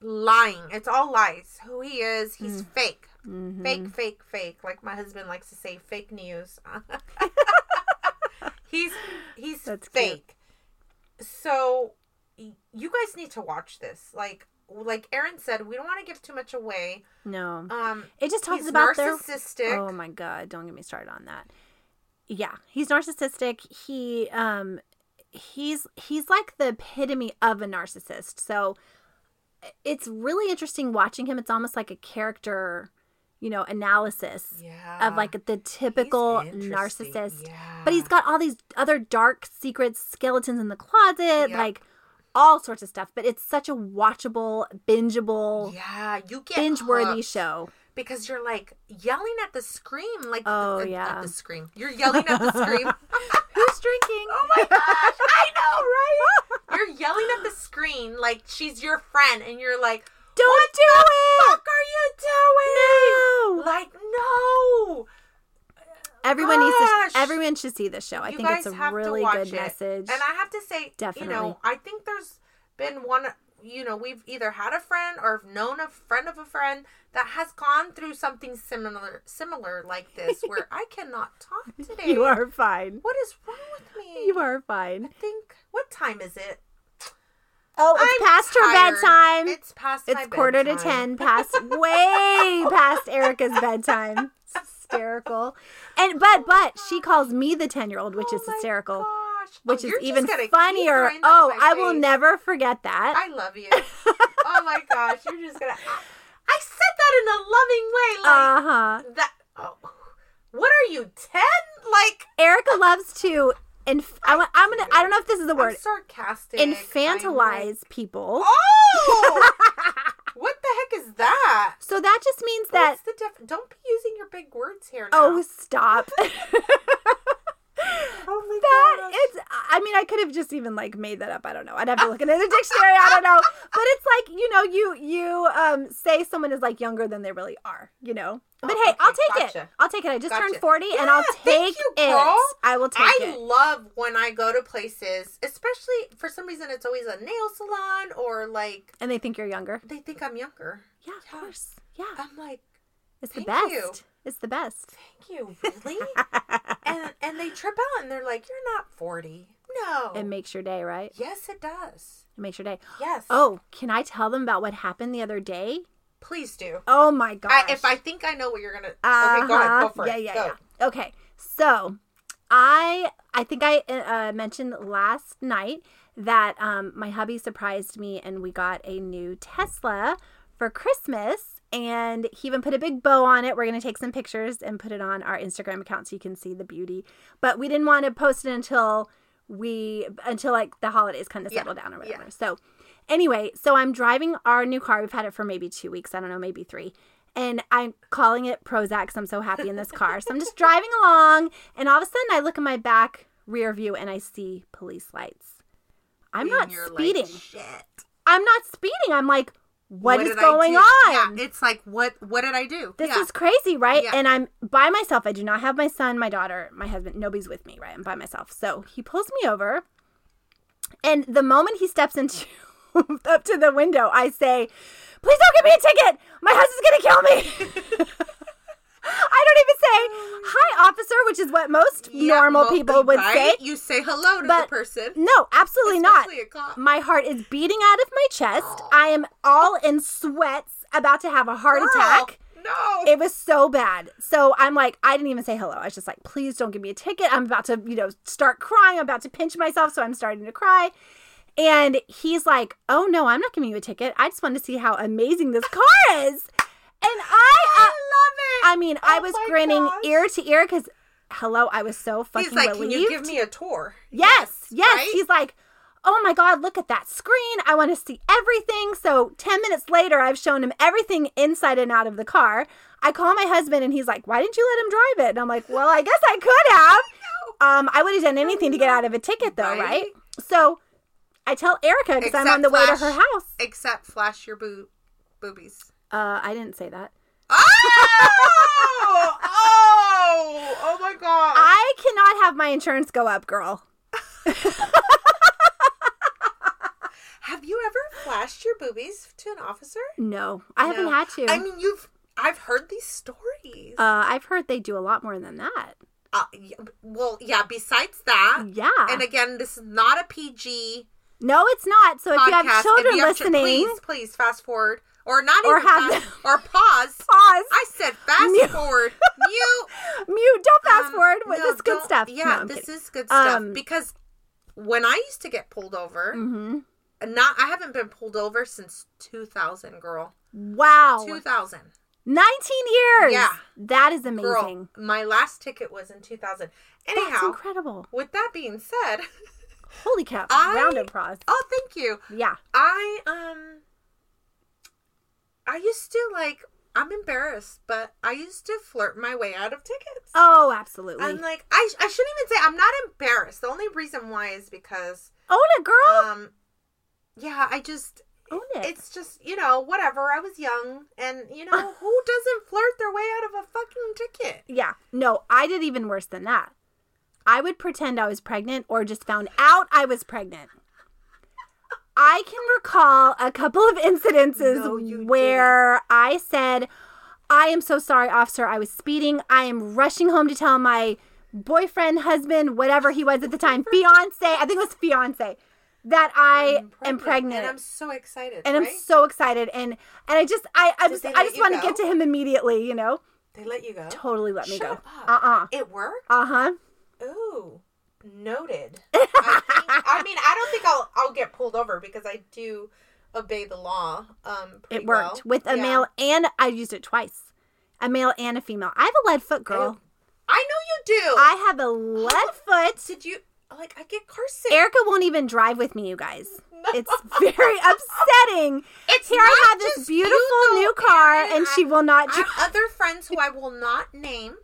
Speaker 3: lying. It's all lies. Who he is, he's
Speaker 2: Mm.
Speaker 3: fake,
Speaker 2: Mm-hmm.
Speaker 3: fake, fake, fake. Like my husband likes to say, fake news. he's he's
Speaker 2: That's cute.
Speaker 3: fake. So y- you guys need to watch this. Like like Aaron said, we don't want to give too much away.
Speaker 2: No.
Speaker 3: Um
Speaker 2: It just talks
Speaker 3: he's
Speaker 2: about their
Speaker 3: narcissistic.
Speaker 2: Oh my god, don't get me started on that. Yeah, he's narcissistic. He um he's he's like the epitome of a narcissist. So it's really interesting watching him. It's almost like a character, you know, analysis
Speaker 3: yeah.
Speaker 2: of like the
Speaker 3: He's
Speaker 2: typical
Speaker 3: interesting.
Speaker 2: narcissist.
Speaker 3: Yeah.
Speaker 2: But he's got all these other dark secrets, skeletons in the closet,
Speaker 3: Yep.
Speaker 2: like all sorts of stuff. But it's such a watchable, bingeable,
Speaker 3: yeah, you get
Speaker 2: binge-worthy
Speaker 3: hooked.
Speaker 2: show.
Speaker 3: because you're like yelling at the scream, like
Speaker 2: Oh,
Speaker 3: the,
Speaker 2: yeah.
Speaker 3: at the scream. You're yelling at the scream.
Speaker 2: Who's drinking?
Speaker 3: oh my gosh, I know, right? You're yelling at the screen like she's your friend, and you're like,
Speaker 2: Don't
Speaker 3: "What
Speaker 2: do
Speaker 3: the
Speaker 2: it!
Speaker 3: fuck are you doing?"
Speaker 2: No!
Speaker 3: Like, no.
Speaker 2: Everyone needs to.
Speaker 3: Gosh!
Speaker 2: Everyone should see this show. I
Speaker 3: you
Speaker 2: think it's
Speaker 3: guys
Speaker 2: a
Speaker 3: have
Speaker 2: really
Speaker 3: to watch
Speaker 2: good
Speaker 3: it.
Speaker 2: message.
Speaker 3: And I have to say, you
Speaker 2: Definitely.
Speaker 3: know, I think there's been one. You know, we've either had a friend or have known a friend of a friend that has gone through something similar, similar like this, where I cannot talk today.
Speaker 2: you are fine.
Speaker 3: What is wrong with me?
Speaker 2: You are fine.
Speaker 3: I think. What time is it?
Speaker 2: Oh, it's
Speaker 3: I'm
Speaker 2: past
Speaker 3: tired.
Speaker 2: her bedtime. It's,
Speaker 3: It's past. my
Speaker 2: quarter to ten.
Speaker 3: bedtime.
Speaker 2: Past way past Erica's bedtime. It's hysterical. And but but she calls me the ten year old, which
Speaker 3: Oh
Speaker 2: is
Speaker 3: my
Speaker 2: hysterical,
Speaker 3: gosh.
Speaker 2: which
Speaker 3: Oh,
Speaker 2: is
Speaker 3: you're just
Speaker 2: even
Speaker 3: gonna keep
Speaker 2: funnier.
Speaker 3: throwing that in
Speaker 2: Oh,
Speaker 3: my
Speaker 2: I will
Speaker 3: face.
Speaker 2: never forget that.
Speaker 3: I love you. oh my gosh, you're just gonna. I, I said that in a loving way,
Speaker 2: Uh huh.
Speaker 3: like that. Oh, what are you ten? Like
Speaker 2: Erica loves to. And I'm, I'm gonna. I don't know if this is the
Speaker 3: I'm
Speaker 2: word.
Speaker 3: sarcastic. I'm like-
Speaker 2: Infantilize people.
Speaker 3: Oh, what the heck is that?
Speaker 2: So that just means that
Speaker 3: That's the def- Don't be using your big words here. Now.
Speaker 2: oh stop.
Speaker 3: oh my
Speaker 2: that
Speaker 3: gosh.
Speaker 2: it's I mean I could have just even like made that up. I don't know. I'd have to look into the dictionary. I don't know. But it's like, you know, you you um say someone is like younger than they really are, you know. But
Speaker 3: Oh,
Speaker 2: hey, I'll
Speaker 3: okay.
Speaker 2: take it.
Speaker 3: Gotcha.
Speaker 2: I'll take it. I just turned
Speaker 3: Gotcha.
Speaker 2: 40 and I'll
Speaker 3: Yeah,
Speaker 2: take
Speaker 3: thank you,
Speaker 2: it.
Speaker 3: girl.
Speaker 2: I will take
Speaker 3: I
Speaker 2: it.
Speaker 3: love when I go to places, especially for some reason it's always a nail salon or like
Speaker 2: And they think you're younger.
Speaker 3: they think I'm younger.
Speaker 2: Yeah, of
Speaker 3: Yeah.
Speaker 2: course. Yeah.
Speaker 3: I'm like,
Speaker 2: It's the
Speaker 3: Uh, thank
Speaker 2: best.
Speaker 3: you.
Speaker 2: It's the best.
Speaker 3: thank you, really? and and they trip out and they're like, you're not forty. No.
Speaker 2: It makes your day, right?
Speaker 3: yes, it does.
Speaker 2: It makes your day.
Speaker 3: Yes.
Speaker 2: Oh, can I tell them about what happened the other day?
Speaker 3: please do.
Speaker 2: Oh my gosh.
Speaker 3: I, if I think I know what you're gonna. Okay, go ahead.
Speaker 2: Uh-huh.
Speaker 3: Go for
Speaker 2: yeah,
Speaker 3: it.
Speaker 2: Yeah,
Speaker 3: Go.
Speaker 2: yeah. Okay, so I I think I uh, mentioned last night that um, my hubby surprised me and we got a new Tesla for Christmas. And he even put a big bow on it. We're gonna take some pictures and put it on our Instagram account so you can see the beauty. But we didn't want to post it until we until like the holidays kind of
Speaker 3: Yeah,
Speaker 2: settle down or whatever.
Speaker 3: yeah.
Speaker 2: So anyway, so I'm driving our new car. We've had it for maybe two weeks. I don't know, maybe three. And I'm calling it Prozac because I'm so happy in this car. so I'm just driving along, and all of a sudden I look in my back rear view and I see police lights. I'm
Speaker 3: And
Speaker 2: not
Speaker 3: you're like,
Speaker 2: speeding.
Speaker 3: Shit.
Speaker 2: I'm not speeding. I'm like, what is
Speaker 3: did I
Speaker 2: going
Speaker 3: do?
Speaker 2: on?
Speaker 3: Yeah, it's like what? What did I do?
Speaker 2: This
Speaker 3: yeah.
Speaker 2: is crazy, right?
Speaker 3: Yeah.
Speaker 2: And I'm by myself. I do not have my son, my daughter, my husband. Nobody's with me, right? I'm by myself. So he pulls me over, and the moment he steps into up to the window, I say, "Please don't give me a ticket. My husband's gonna kill me." I don't even say, "Hi, officer," which is what most
Speaker 3: Yeah,
Speaker 2: normal
Speaker 3: mo-
Speaker 2: people would say.
Speaker 3: right? You say hello to
Speaker 2: But-
Speaker 3: the person.
Speaker 2: No, absolutely not.
Speaker 3: Especially a cop.
Speaker 2: My heart is beating out of my chest. I am all in sweats, about to have a heart
Speaker 3: Girl,
Speaker 2: attack.
Speaker 3: No.
Speaker 2: It was so bad. So I'm like, I didn't even say hello. I was just like, please don't give me a ticket. I'm about to, you know, start crying. I'm about to pinch myself. So I'm starting to cry. And he's like, oh no, I'm not giving you a ticket. I just wanted to see how amazing this car is. And I,
Speaker 3: I
Speaker 2: I,
Speaker 3: love it.
Speaker 2: I mean, I
Speaker 3: Oh
Speaker 2: was
Speaker 3: my
Speaker 2: grinning
Speaker 3: gosh.
Speaker 2: ear to ear because, hello, I was so fucking
Speaker 3: He's like,
Speaker 2: relieved.
Speaker 3: can you give me a tour?
Speaker 2: Yes, yes.
Speaker 3: right?
Speaker 2: He's like, oh my God, look at that screen. I want to see everything. So 10 minutes later, I've shown him everything inside and out of the car. I call my husband and he's like, why didn't you let him drive it? And I'm like, well, I guess I could have. Um, I would have done anything to get out of a ticket though, right?
Speaker 3: Right?
Speaker 2: So I tell Erica because I'm
Speaker 3: Except
Speaker 2: on the way to
Speaker 3: Flash.
Speaker 2: her house.
Speaker 3: Except flash your boo- boobies.
Speaker 2: Uh, I didn't say that.
Speaker 3: Oh! oh! Oh my god.
Speaker 2: I cannot have my insurance go up, girl.
Speaker 3: Have you ever flashed your boobies to an officer?
Speaker 2: No, I haven't
Speaker 3: No.
Speaker 2: had to.
Speaker 3: I mean, you've. I've heard these stories.
Speaker 2: uh, I've heard they do a lot more than that.
Speaker 3: Uh, y- well, yeah. Besides that,
Speaker 2: Yeah.
Speaker 3: and again, this is not a PG
Speaker 2: No, it's not. So if you
Speaker 3: podcast.
Speaker 2: have children
Speaker 3: if you have chil-
Speaker 2: listening,
Speaker 3: please, please fast forward or not
Speaker 2: Or
Speaker 3: even
Speaker 2: have
Speaker 3: fast,
Speaker 2: them-
Speaker 3: or pause.
Speaker 2: pause,
Speaker 3: I said fast
Speaker 2: Mute.
Speaker 3: forward. Mute.
Speaker 2: mute, don't fast
Speaker 3: Um,
Speaker 2: forward. With
Speaker 3: no,
Speaker 2: this good
Speaker 3: don't-
Speaker 2: stuff.
Speaker 3: Yeah, this is good stuff
Speaker 2: Um,
Speaker 3: because when I used to get pulled over,
Speaker 2: hmm
Speaker 3: not I haven't been pulled over since 2000, girl.
Speaker 2: Wow,
Speaker 3: 2000.
Speaker 2: 19 years.
Speaker 3: Yeah.
Speaker 2: that is
Speaker 3: Girl,
Speaker 2: amazing.
Speaker 3: my last ticket was in 2000.
Speaker 2: That's
Speaker 3: Anyhow,
Speaker 2: incredible.
Speaker 3: with that being said,
Speaker 2: Holy cow!
Speaker 3: I-
Speaker 2: Round of applause.
Speaker 3: oh, thank you.
Speaker 2: Yeah.
Speaker 3: I um I used to like I'm embarrassed, but I used to flirt my way out of tickets.
Speaker 2: Oh, absolutely.
Speaker 3: I'm like I I shouldn't even say I'm not embarrassed. The only reason why is because
Speaker 2: Own it, girl.
Speaker 3: um yeah, I just
Speaker 2: Own it.
Speaker 3: it's just, you know, whatever. I was young and you
Speaker 2: Ah.
Speaker 3: know, who doesn't flirt their way out of a fucking ticket?
Speaker 2: Yeah. No, I did even worse than that. I would pretend I was pregnant or just found out I was pregnant. I can recall a couple of incidences
Speaker 3: No, you
Speaker 2: where I said, I am so sorry, officer. I was speeding. I am rushing home to tell my boyfriend, husband, whatever he was at the time, fiance, I think it was fiance, that I am pregnant.
Speaker 3: And I'm so excited.
Speaker 2: And I'm
Speaker 3: right?
Speaker 2: so excited. And and I just I I just
Speaker 3: they
Speaker 2: I
Speaker 3: let
Speaker 2: just
Speaker 3: you
Speaker 2: want to
Speaker 3: go?
Speaker 2: get to him immediately, you know?
Speaker 3: they let you go.
Speaker 2: Totally let me
Speaker 3: Shut
Speaker 2: go.
Speaker 3: up.
Speaker 2: Uh-uh.
Speaker 3: It worked?
Speaker 2: Uh-huh.
Speaker 3: Ooh, noted. I, think, I mean, I don't think I'll I'll get pulled over because I do obey the law. Um, pretty
Speaker 2: It worked
Speaker 3: well.
Speaker 2: with a
Speaker 3: Yeah.
Speaker 2: male and I used it twice. A male and a female. I have a lead foot, girl.
Speaker 3: I know you do.
Speaker 2: I have a lead foot.
Speaker 3: did you like? I get car sick.
Speaker 2: Erica won't even drive with me, you guys. It's very upsetting.
Speaker 3: It's
Speaker 2: Here I
Speaker 3: not
Speaker 2: have this
Speaker 3: just
Speaker 2: beautiful
Speaker 3: you, though,
Speaker 2: new car
Speaker 3: Erin.
Speaker 2: and
Speaker 3: I-
Speaker 2: she will not
Speaker 3: I
Speaker 2: drive.
Speaker 3: have other friends who I will not name.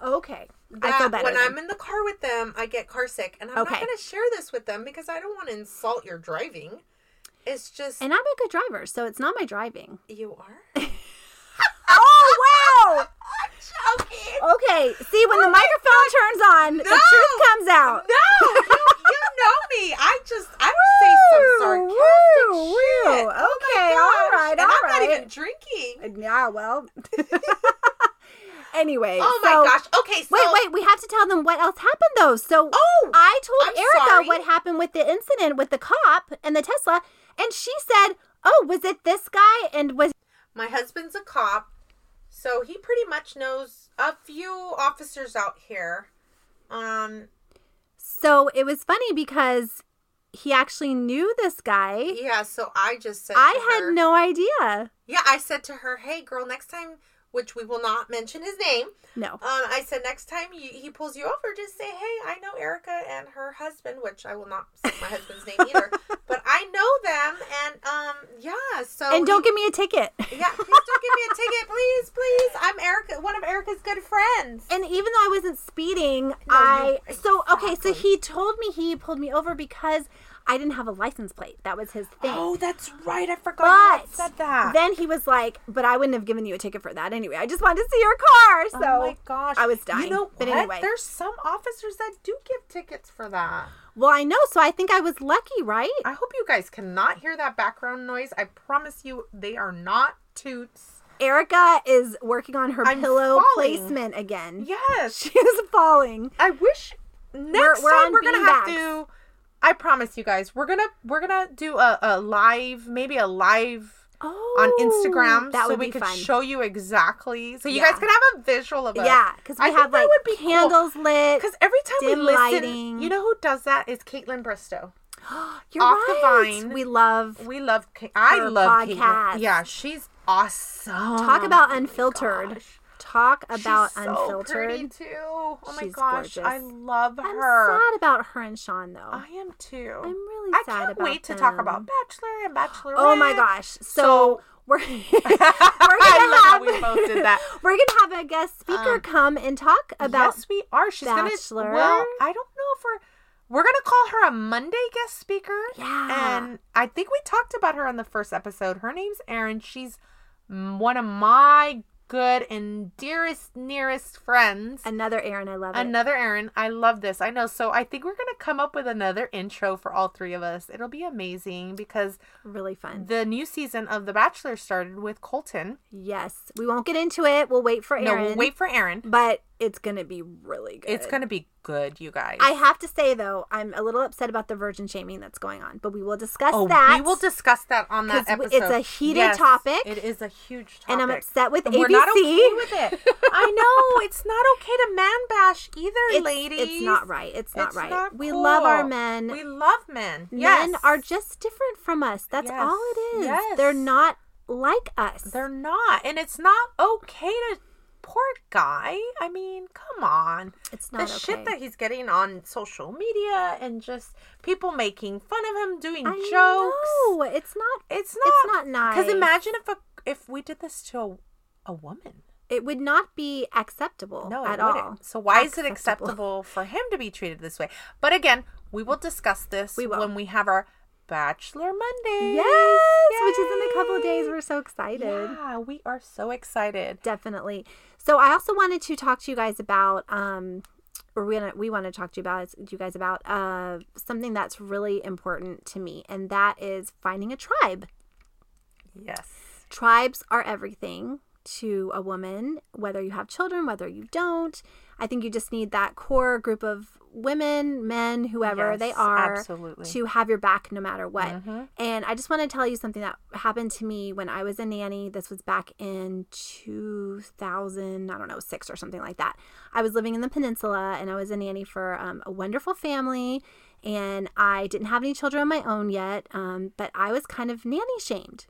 Speaker 2: Okay. I
Speaker 3: that
Speaker 2: feel better.
Speaker 3: when
Speaker 2: then.
Speaker 3: I'm in the car with them, I get car sick, and I'm not
Speaker 2: Okay.
Speaker 3: going to share this with them because I don't want to insult your driving. It's just
Speaker 2: and I'm a good driver, so it's not my driving.
Speaker 3: you are.
Speaker 2: Oh,
Speaker 3: I'm joking.
Speaker 2: wow. Okay. See,
Speaker 3: Oh
Speaker 2: when the microphone turns on, the truth comes out.
Speaker 3: No, you, you know me. I just I would say some sarcastic
Speaker 2: Woo, woo,
Speaker 3: shit.
Speaker 2: woo.
Speaker 3: Oh my
Speaker 2: Okay, all
Speaker 3: gosh.
Speaker 2: right,
Speaker 3: and
Speaker 2: all
Speaker 3: I'm
Speaker 2: right.
Speaker 3: not even drinking.
Speaker 2: Yeah, well. anyway.
Speaker 3: Oh my
Speaker 2: so-
Speaker 3: gosh. Okay, so
Speaker 2: Wait, wait, we have to tell them what else happened though. So
Speaker 3: Oh,
Speaker 2: I told
Speaker 3: I'm
Speaker 2: Erica
Speaker 3: sorry.
Speaker 2: what happened with the incident with the cop and the Tesla, and she said, "Oh, was it this guy?" And was
Speaker 3: my husband's a cop, so he pretty much knows a few officers out here. Um,
Speaker 2: so it was funny because he actually knew this guy.
Speaker 3: yeah. So I just said to
Speaker 2: I had
Speaker 3: her-
Speaker 2: no idea.
Speaker 3: Yeah, I said to her, "Hey, girl, next time." Which we will not mention his name.
Speaker 2: No.
Speaker 3: Um, I said next time you, he pulls you over, just say, "Hey, I know Erica and her husband," which I will not say my husband's name either, but I know them, and um, yeah. So
Speaker 2: and don't give me a ticket.
Speaker 3: he, yeah, please don't give me a ticket, please, please. I'm Erica, one of Erica's good friends.
Speaker 2: And even though I wasn't speeding, I
Speaker 3: you-
Speaker 2: so okay, so
Speaker 3: exactly.
Speaker 2: he told me he pulled me over because I didn't have a license plate. That was his thing.
Speaker 3: Oh, that's right. I forgot you
Speaker 2: But
Speaker 3: had said that.
Speaker 2: then he was like, "But I wouldn't have given you a ticket for that anyway. I just wanted to see your car." So
Speaker 3: oh my gosh,
Speaker 2: I was dying.
Speaker 3: You know what?
Speaker 2: But anyway,
Speaker 3: There's some officers that do give tickets for that.
Speaker 2: well, I know. So I think I was lucky, right?
Speaker 3: I hope you guys cannot hear that background noise. I promise you, they are not toots.
Speaker 2: Erica is working on her
Speaker 3: I'm
Speaker 2: pillow
Speaker 3: falling.
Speaker 2: placement again.
Speaker 3: Yes,
Speaker 2: She is falling.
Speaker 3: I wish next
Speaker 2: we're on
Speaker 3: time we're gonna have
Speaker 2: beanbags.
Speaker 3: to. I promise you guys, we're gonna we're gonna do a, a live, maybe a live
Speaker 2: Oh,
Speaker 3: on Instagram,
Speaker 2: That
Speaker 3: so
Speaker 2: would
Speaker 3: we
Speaker 2: be
Speaker 3: could
Speaker 2: fun.
Speaker 3: show you exactly, so you
Speaker 2: Yeah.
Speaker 3: guys can have a visual of us.
Speaker 2: yeah, because we
Speaker 3: I think
Speaker 2: have
Speaker 3: that
Speaker 2: like
Speaker 3: would be cool.
Speaker 2: candles lit.
Speaker 3: Because every time we
Speaker 2: dim
Speaker 3: listen,
Speaker 2: lighting.
Speaker 3: you know who does that is Caitlin Bristow.
Speaker 2: You're
Speaker 3: off the
Speaker 2: right.
Speaker 3: vine.
Speaker 2: We love
Speaker 3: We love. Ca- I
Speaker 2: Her
Speaker 3: love
Speaker 2: podcast.
Speaker 3: Caitlin. Yeah, she's awesome.
Speaker 2: talk about unfiltered. Talk about
Speaker 3: Oh She's so
Speaker 2: unfiltered.
Speaker 3: pretty too. Oh my
Speaker 2: She's
Speaker 3: gosh, I
Speaker 2: gorgeous.
Speaker 3: love
Speaker 2: I'm
Speaker 3: her.
Speaker 2: sad about her and Sean though.
Speaker 3: I am too.
Speaker 2: I'm really
Speaker 3: I
Speaker 2: sad
Speaker 3: can't
Speaker 2: about
Speaker 3: wait to talk
Speaker 2: them.
Speaker 3: about Bachelor and Bachelorette.
Speaker 2: Oh my gosh. So,
Speaker 3: So-
Speaker 2: we're we're gonna
Speaker 3: I love how
Speaker 2: have
Speaker 3: we both did that. Um,
Speaker 2: We're gonna have a guest speaker come and talk about
Speaker 3: yes, we are. She's
Speaker 2: Bachelor.
Speaker 3: gonna. Well, I don't know if we're. We're gonna call her a Monday guest speaker.
Speaker 2: Yeah.
Speaker 3: and I think we talked about her on the first episode. Her name's Erin. She's m- one of my good and dearest, nearest friends.
Speaker 2: another Aaron. I love it.
Speaker 3: Another Erin. I love this. I know. So I think we're gonna come up with another intro for all three of us. It'll be amazing because
Speaker 2: Really fun.
Speaker 3: the new season of The Bachelor started with Colton.
Speaker 2: Yes, we won't get into it. We'll wait for
Speaker 3: No,
Speaker 2: Aaron.
Speaker 3: we'll wait for Aaron.
Speaker 2: But it's going to be really good.
Speaker 3: It's gonna be good, you guys.
Speaker 2: I have to say though, I'm a little upset about the virgin shaming that's going on, but we will discuss
Speaker 3: oh,
Speaker 2: that.
Speaker 3: we will discuss that on
Speaker 2: 'Cause
Speaker 3: that
Speaker 2: w-
Speaker 3: episode.
Speaker 2: it's a heated topic.
Speaker 3: It is a huge topic,
Speaker 2: And I'm upset with
Speaker 3: And We're not okay
Speaker 2: ABC.
Speaker 3: with it. I know it's not okay to man bash either,
Speaker 2: it's,
Speaker 3: ladies.
Speaker 2: it's not right. It's not
Speaker 3: It's
Speaker 2: right.
Speaker 3: not
Speaker 2: We love our
Speaker 3: cool.
Speaker 2: men.
Speaker 3: We love men.
Speaker 2: men
Speaker 3: yes.
Speaker 2: are just different from us. That's
Speaker 3: Yes.
Speaker 2: all it is.
Speaker 3: Yes.
Speaker 2: They're not like us.
Speaker 3: They're not, and it's not okay to. Poor guy. I mean, come on.
Speaker 2: It's
Speaker 3: the
Speaker 2: not okay.
Speaker 3: shit that he's getting on social media and just people making fun of him, doing
Speaker 2: I
Speaker 3: jokes.
Speaker 2: know. It's not.
Speaker 3: It's not.
Speaker 2: It's not nice.
Speaker 3: Because imagine if a, if we did this to a, a woman.
Speaker 2: It would not be acceptable
Speaker 3: No,
Speaker 2: at
Speaker 3: it wouldn't.
Speaker 2: all.
Speaker 3: So why is it
Speaker 2: Acceptable.
Speaker 3: acceptable for him to be treated this way? But again, we will discuss this
Speaker 2: We will.
Speaker 3: when we have our Bachelor Monday.
Speaker 2: Yes, which is in a couple of days. We're so excited.
Speaker 3: Yeah, we are so excited.
Speaker 2: Definitely. So I also wanted to talk to you guys about um or we we want to talk to you about you guys about uh something that's really important to me and that is finding a tribe.
Speaker 3: Yes.
Speaker 2: Tribes are everything to a woman, whether you have children, whether you don't. I think you just need that core group of women, men, whoever
Speaker 3: Yes,
Speaker 2: they are
Speaker 3: absolutely. Mm-hmm.
Speaker 2: to have your back no matter what. And I just want to tell you something that happened to me when I was a nanny. This was back in 2000, I don't know, six or something like that. I was living in the peninsula and I was a nanny for um, a wonderful family. And I didn't have any children of my own yet, um, but I was kind of nanny shamed.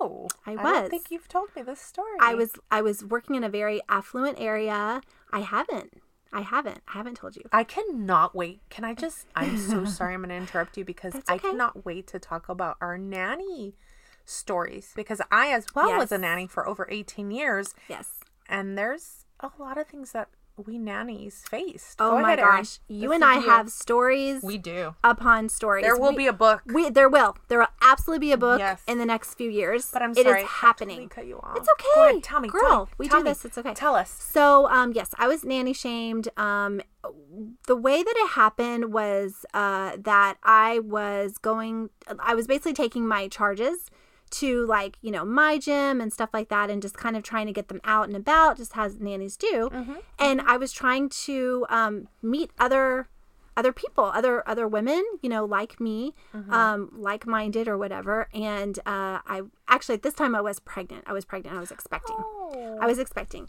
Speaker 3: Oh,
Speaker 2: I
Speaker 3: don't
Speaker 2: was.
Speaker 3: think you've told me this story.
Speaker 2: I was I was working in a very affluent area. I haven't. I haven't. I haven't told you.
Speaker 3: I cannot wait. Can I just? I'm so sorry. I'm going to interrupt you because
Speaker 2: That's
Speaker 3: I
Speaker 2: okay.
Speaker 3: cannot wait to talk about our nanny stories because I, as well, was a
Speaker 2: Yes.
Speaker 3: nanny for over 18 years,
Speaker 2: Yes.
Speaker 3: and there's a lot of things that we nannies faced.
Speaker 2: Oh
Speaker 3: Go
Speaker 2: my
Speaker 3: ahead, Erin.
Speaker 2: gosh. You
Speaker 3: This
Speaker 2: and
Speaker 3: is
Speaker 2: I have stories
Speaker 3: We do.
Speaker 2: upon stories.
Speaker 3: There will
Speaker 2: We-
Speaker 3: be a book.
Speaker 2: We there will. There will absolutely be a book
Speaker 3: Yes.
Speaker 2: in the next few years.
Speaker 3: but I'm
Speaker 2: It is
Speaker 3: sorry. I
Speaker 2: happening.
Speaker 3: totally cut you off.
Speaker 2: It's okay.
Speaker 3: Go ahead. Tell me.
Speaker 2: Girl,
Speaker 3: tell me,
Speaker 2: we
Speaker 3: tell
Speaker 2: do
Speaker 3: me.
Speaker 2: this. It's okay.
Speaker 3: Tell us.
Speaker 2: So, um, yes, I was nanny shamed. Um, the way that it happened was uh, that I was going, I was basically taking my charges to like, you know, my gym and stuff like that and just kind of trying to get them out and about, just as nannies do. And I was trying to um, meet other other people other other women you know like me um like-minded or whatever and uh i actually at this time i was pregnant i was pregnant i was expecting i was expecting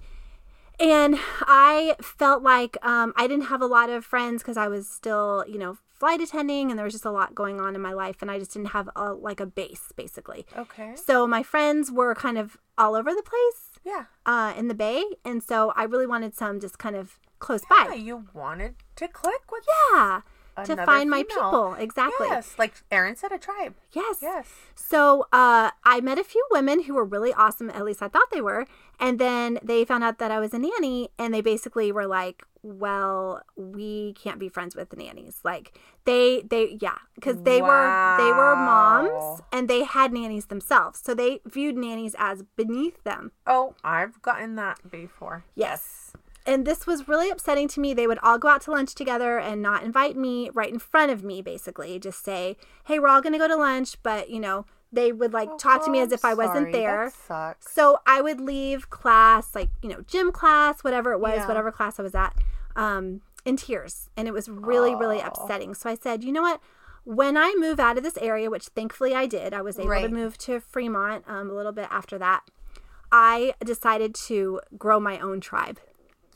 Speaker 2: and I felt like um, I didn't have a lot of friends because I was still, you know, flight attending, and there was just a lot going on in my life, and I just didn't have a, like a base, basically.
Speaker 3: Okay.
Speaker 2: So my friends were kind of all over the place
Speaker 3: Yeah.
Speaker 2: uh, in the Bay, and so I really wanted some just kind of close
Speaker 3: Yeah,
Speaker 2: by,
Speaker 3: you wanted to click with
Speaker 2: yeah, to
Speaker 3: another
Speaker 2: find my
Speaker 3: female.
Speaker 2: people exactly.
Speaker 3: Yes, like Erin said, a tribe.
Speaker 2: Yes.
Speaker 3: Yes.
Speaker 2: So uh, I met a few women who were really awesome. At least I thought they were. And then they found out that I was a nanny, and they basically were like, "Well, we can't be friends with the nannies." Like they, they, yeah, because they were they were moms
Speaker 3: Wow.
Speaker 2: and they had nannies themselves, so they viewed nannies as beneath them.
Speaker 3: Oh, I've gotten that before.
Speaker 2: Yes. And this was really upsetting to me. They would all go out to lunch together and not invite me right in front of me, basically. Just say, hey, we're all going to go to lunch. But, you know, they would like
Speaker 3: Oh,
Speaker 2: talk to me
Speaker 3: I'm
Speaker 2: as if I wasn't
Speaker 3: sorry.
Speaker 2: there.
Speaker 3: That sucks.
Speaker 2: So I would leave class, like, you know, gym class, whatever it was,
Speaker 3: Yeah.
Speaker 2: whatever class I was at, um, in tears. And it was really, really upsetting. So I said, you know what? When I move out of this area, which thankfully I did, I was able to
Speaker 3: Right.
Speaker 2: move to Fremont um, a little bit after that. I decided to grow my own tribe.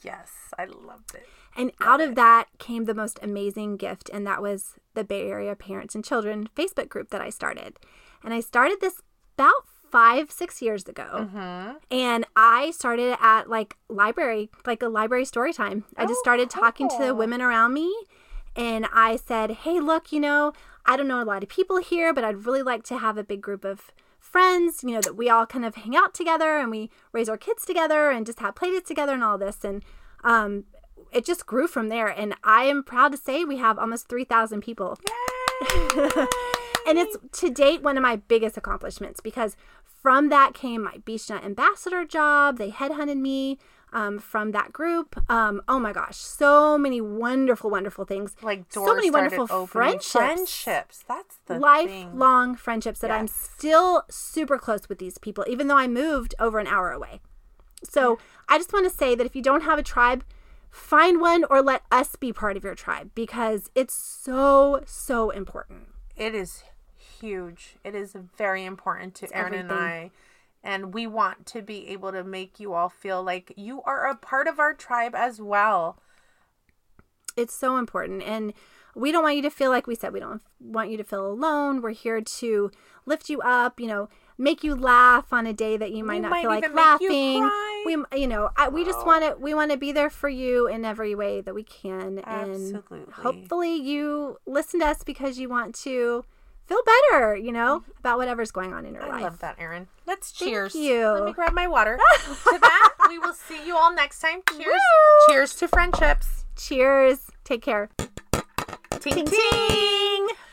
Speaker 3: yes, I loved it.
Speaker 2: And out of that came the most amazing gift, and that was the Bay Area Parents and Children Facebook group that I started. And I started this about five, six years ago. And I started it at like library, like a library story time. I just
Speaker 3: Oh,
Speaker 2: started talking to the
Speaker 3: cool.
Speaker 2: women around me, and I said, Hey, look, you know, I don't know a lot of people here, but I'd really like to have a big group of friends, you know, that we all kind of hang out together and we raise our kids together and just have play dates together and all this. And um, it just grew from there. And I am proud to say we have almost 3,000 people. and it's to date one of my biggest accomplishments because from that came my Beachna ambassador job. They headhunted me um, from that group. Um, oh my gosh, so many wonderful, wonderful things.
Speaker 3: Like
Speaker 2: So
Speaker 3: doors
Speaker 2: many
Speaker 3: started
Speaker 2: wonderful
Speaker 3: opening.
Speaker 2: friendships.
Speaker 3: Friendships. That's the thing.
Speaker 2: lifelong friendships that I'm
Speaker 3: Yes.
Speaker 2: still super close with these people, even though I moved over an hour away. So I just want to say that if you don't have a tribe, find one or let us be part of your tribe because it's so, so important.
Speaker 3: It is huge. It is very important to Erin and I.
Speaker 2: everything.
Speaker 3: And we want to be able to make you all feel like you are a part of our tribe as well.
Speaker 2: It's so important. And we don't want you to feel like we said, we don't want you to feel alone. We're here to lift you up, you know, make you laugh on a day that you might not
Speaker 3: might
Speaker 2: feel like
Speaker 3: even make you
Speaker 2: laughing.
Speaker 3: cry.
Speaker 2: We, you know, I, we just want to, we want to be there for you in every way that we can. And
Speaker 3: Absolutely.
Speaker 2: hopefully you listen to us because you want to feel better, you know, about whatever's going on in your
Speaker 3: Mm-hmm. I
Speaker 2: life.
Speaker 3: love that, Erin. Let's cheers.
Speaker 2: you.
Speaker 3: Let me grab my water. to that, we will see you all next time. Cheers. Cheers to friendships.
Speaker 2: Cheers. Take care.
Speaker 3: ting. ting.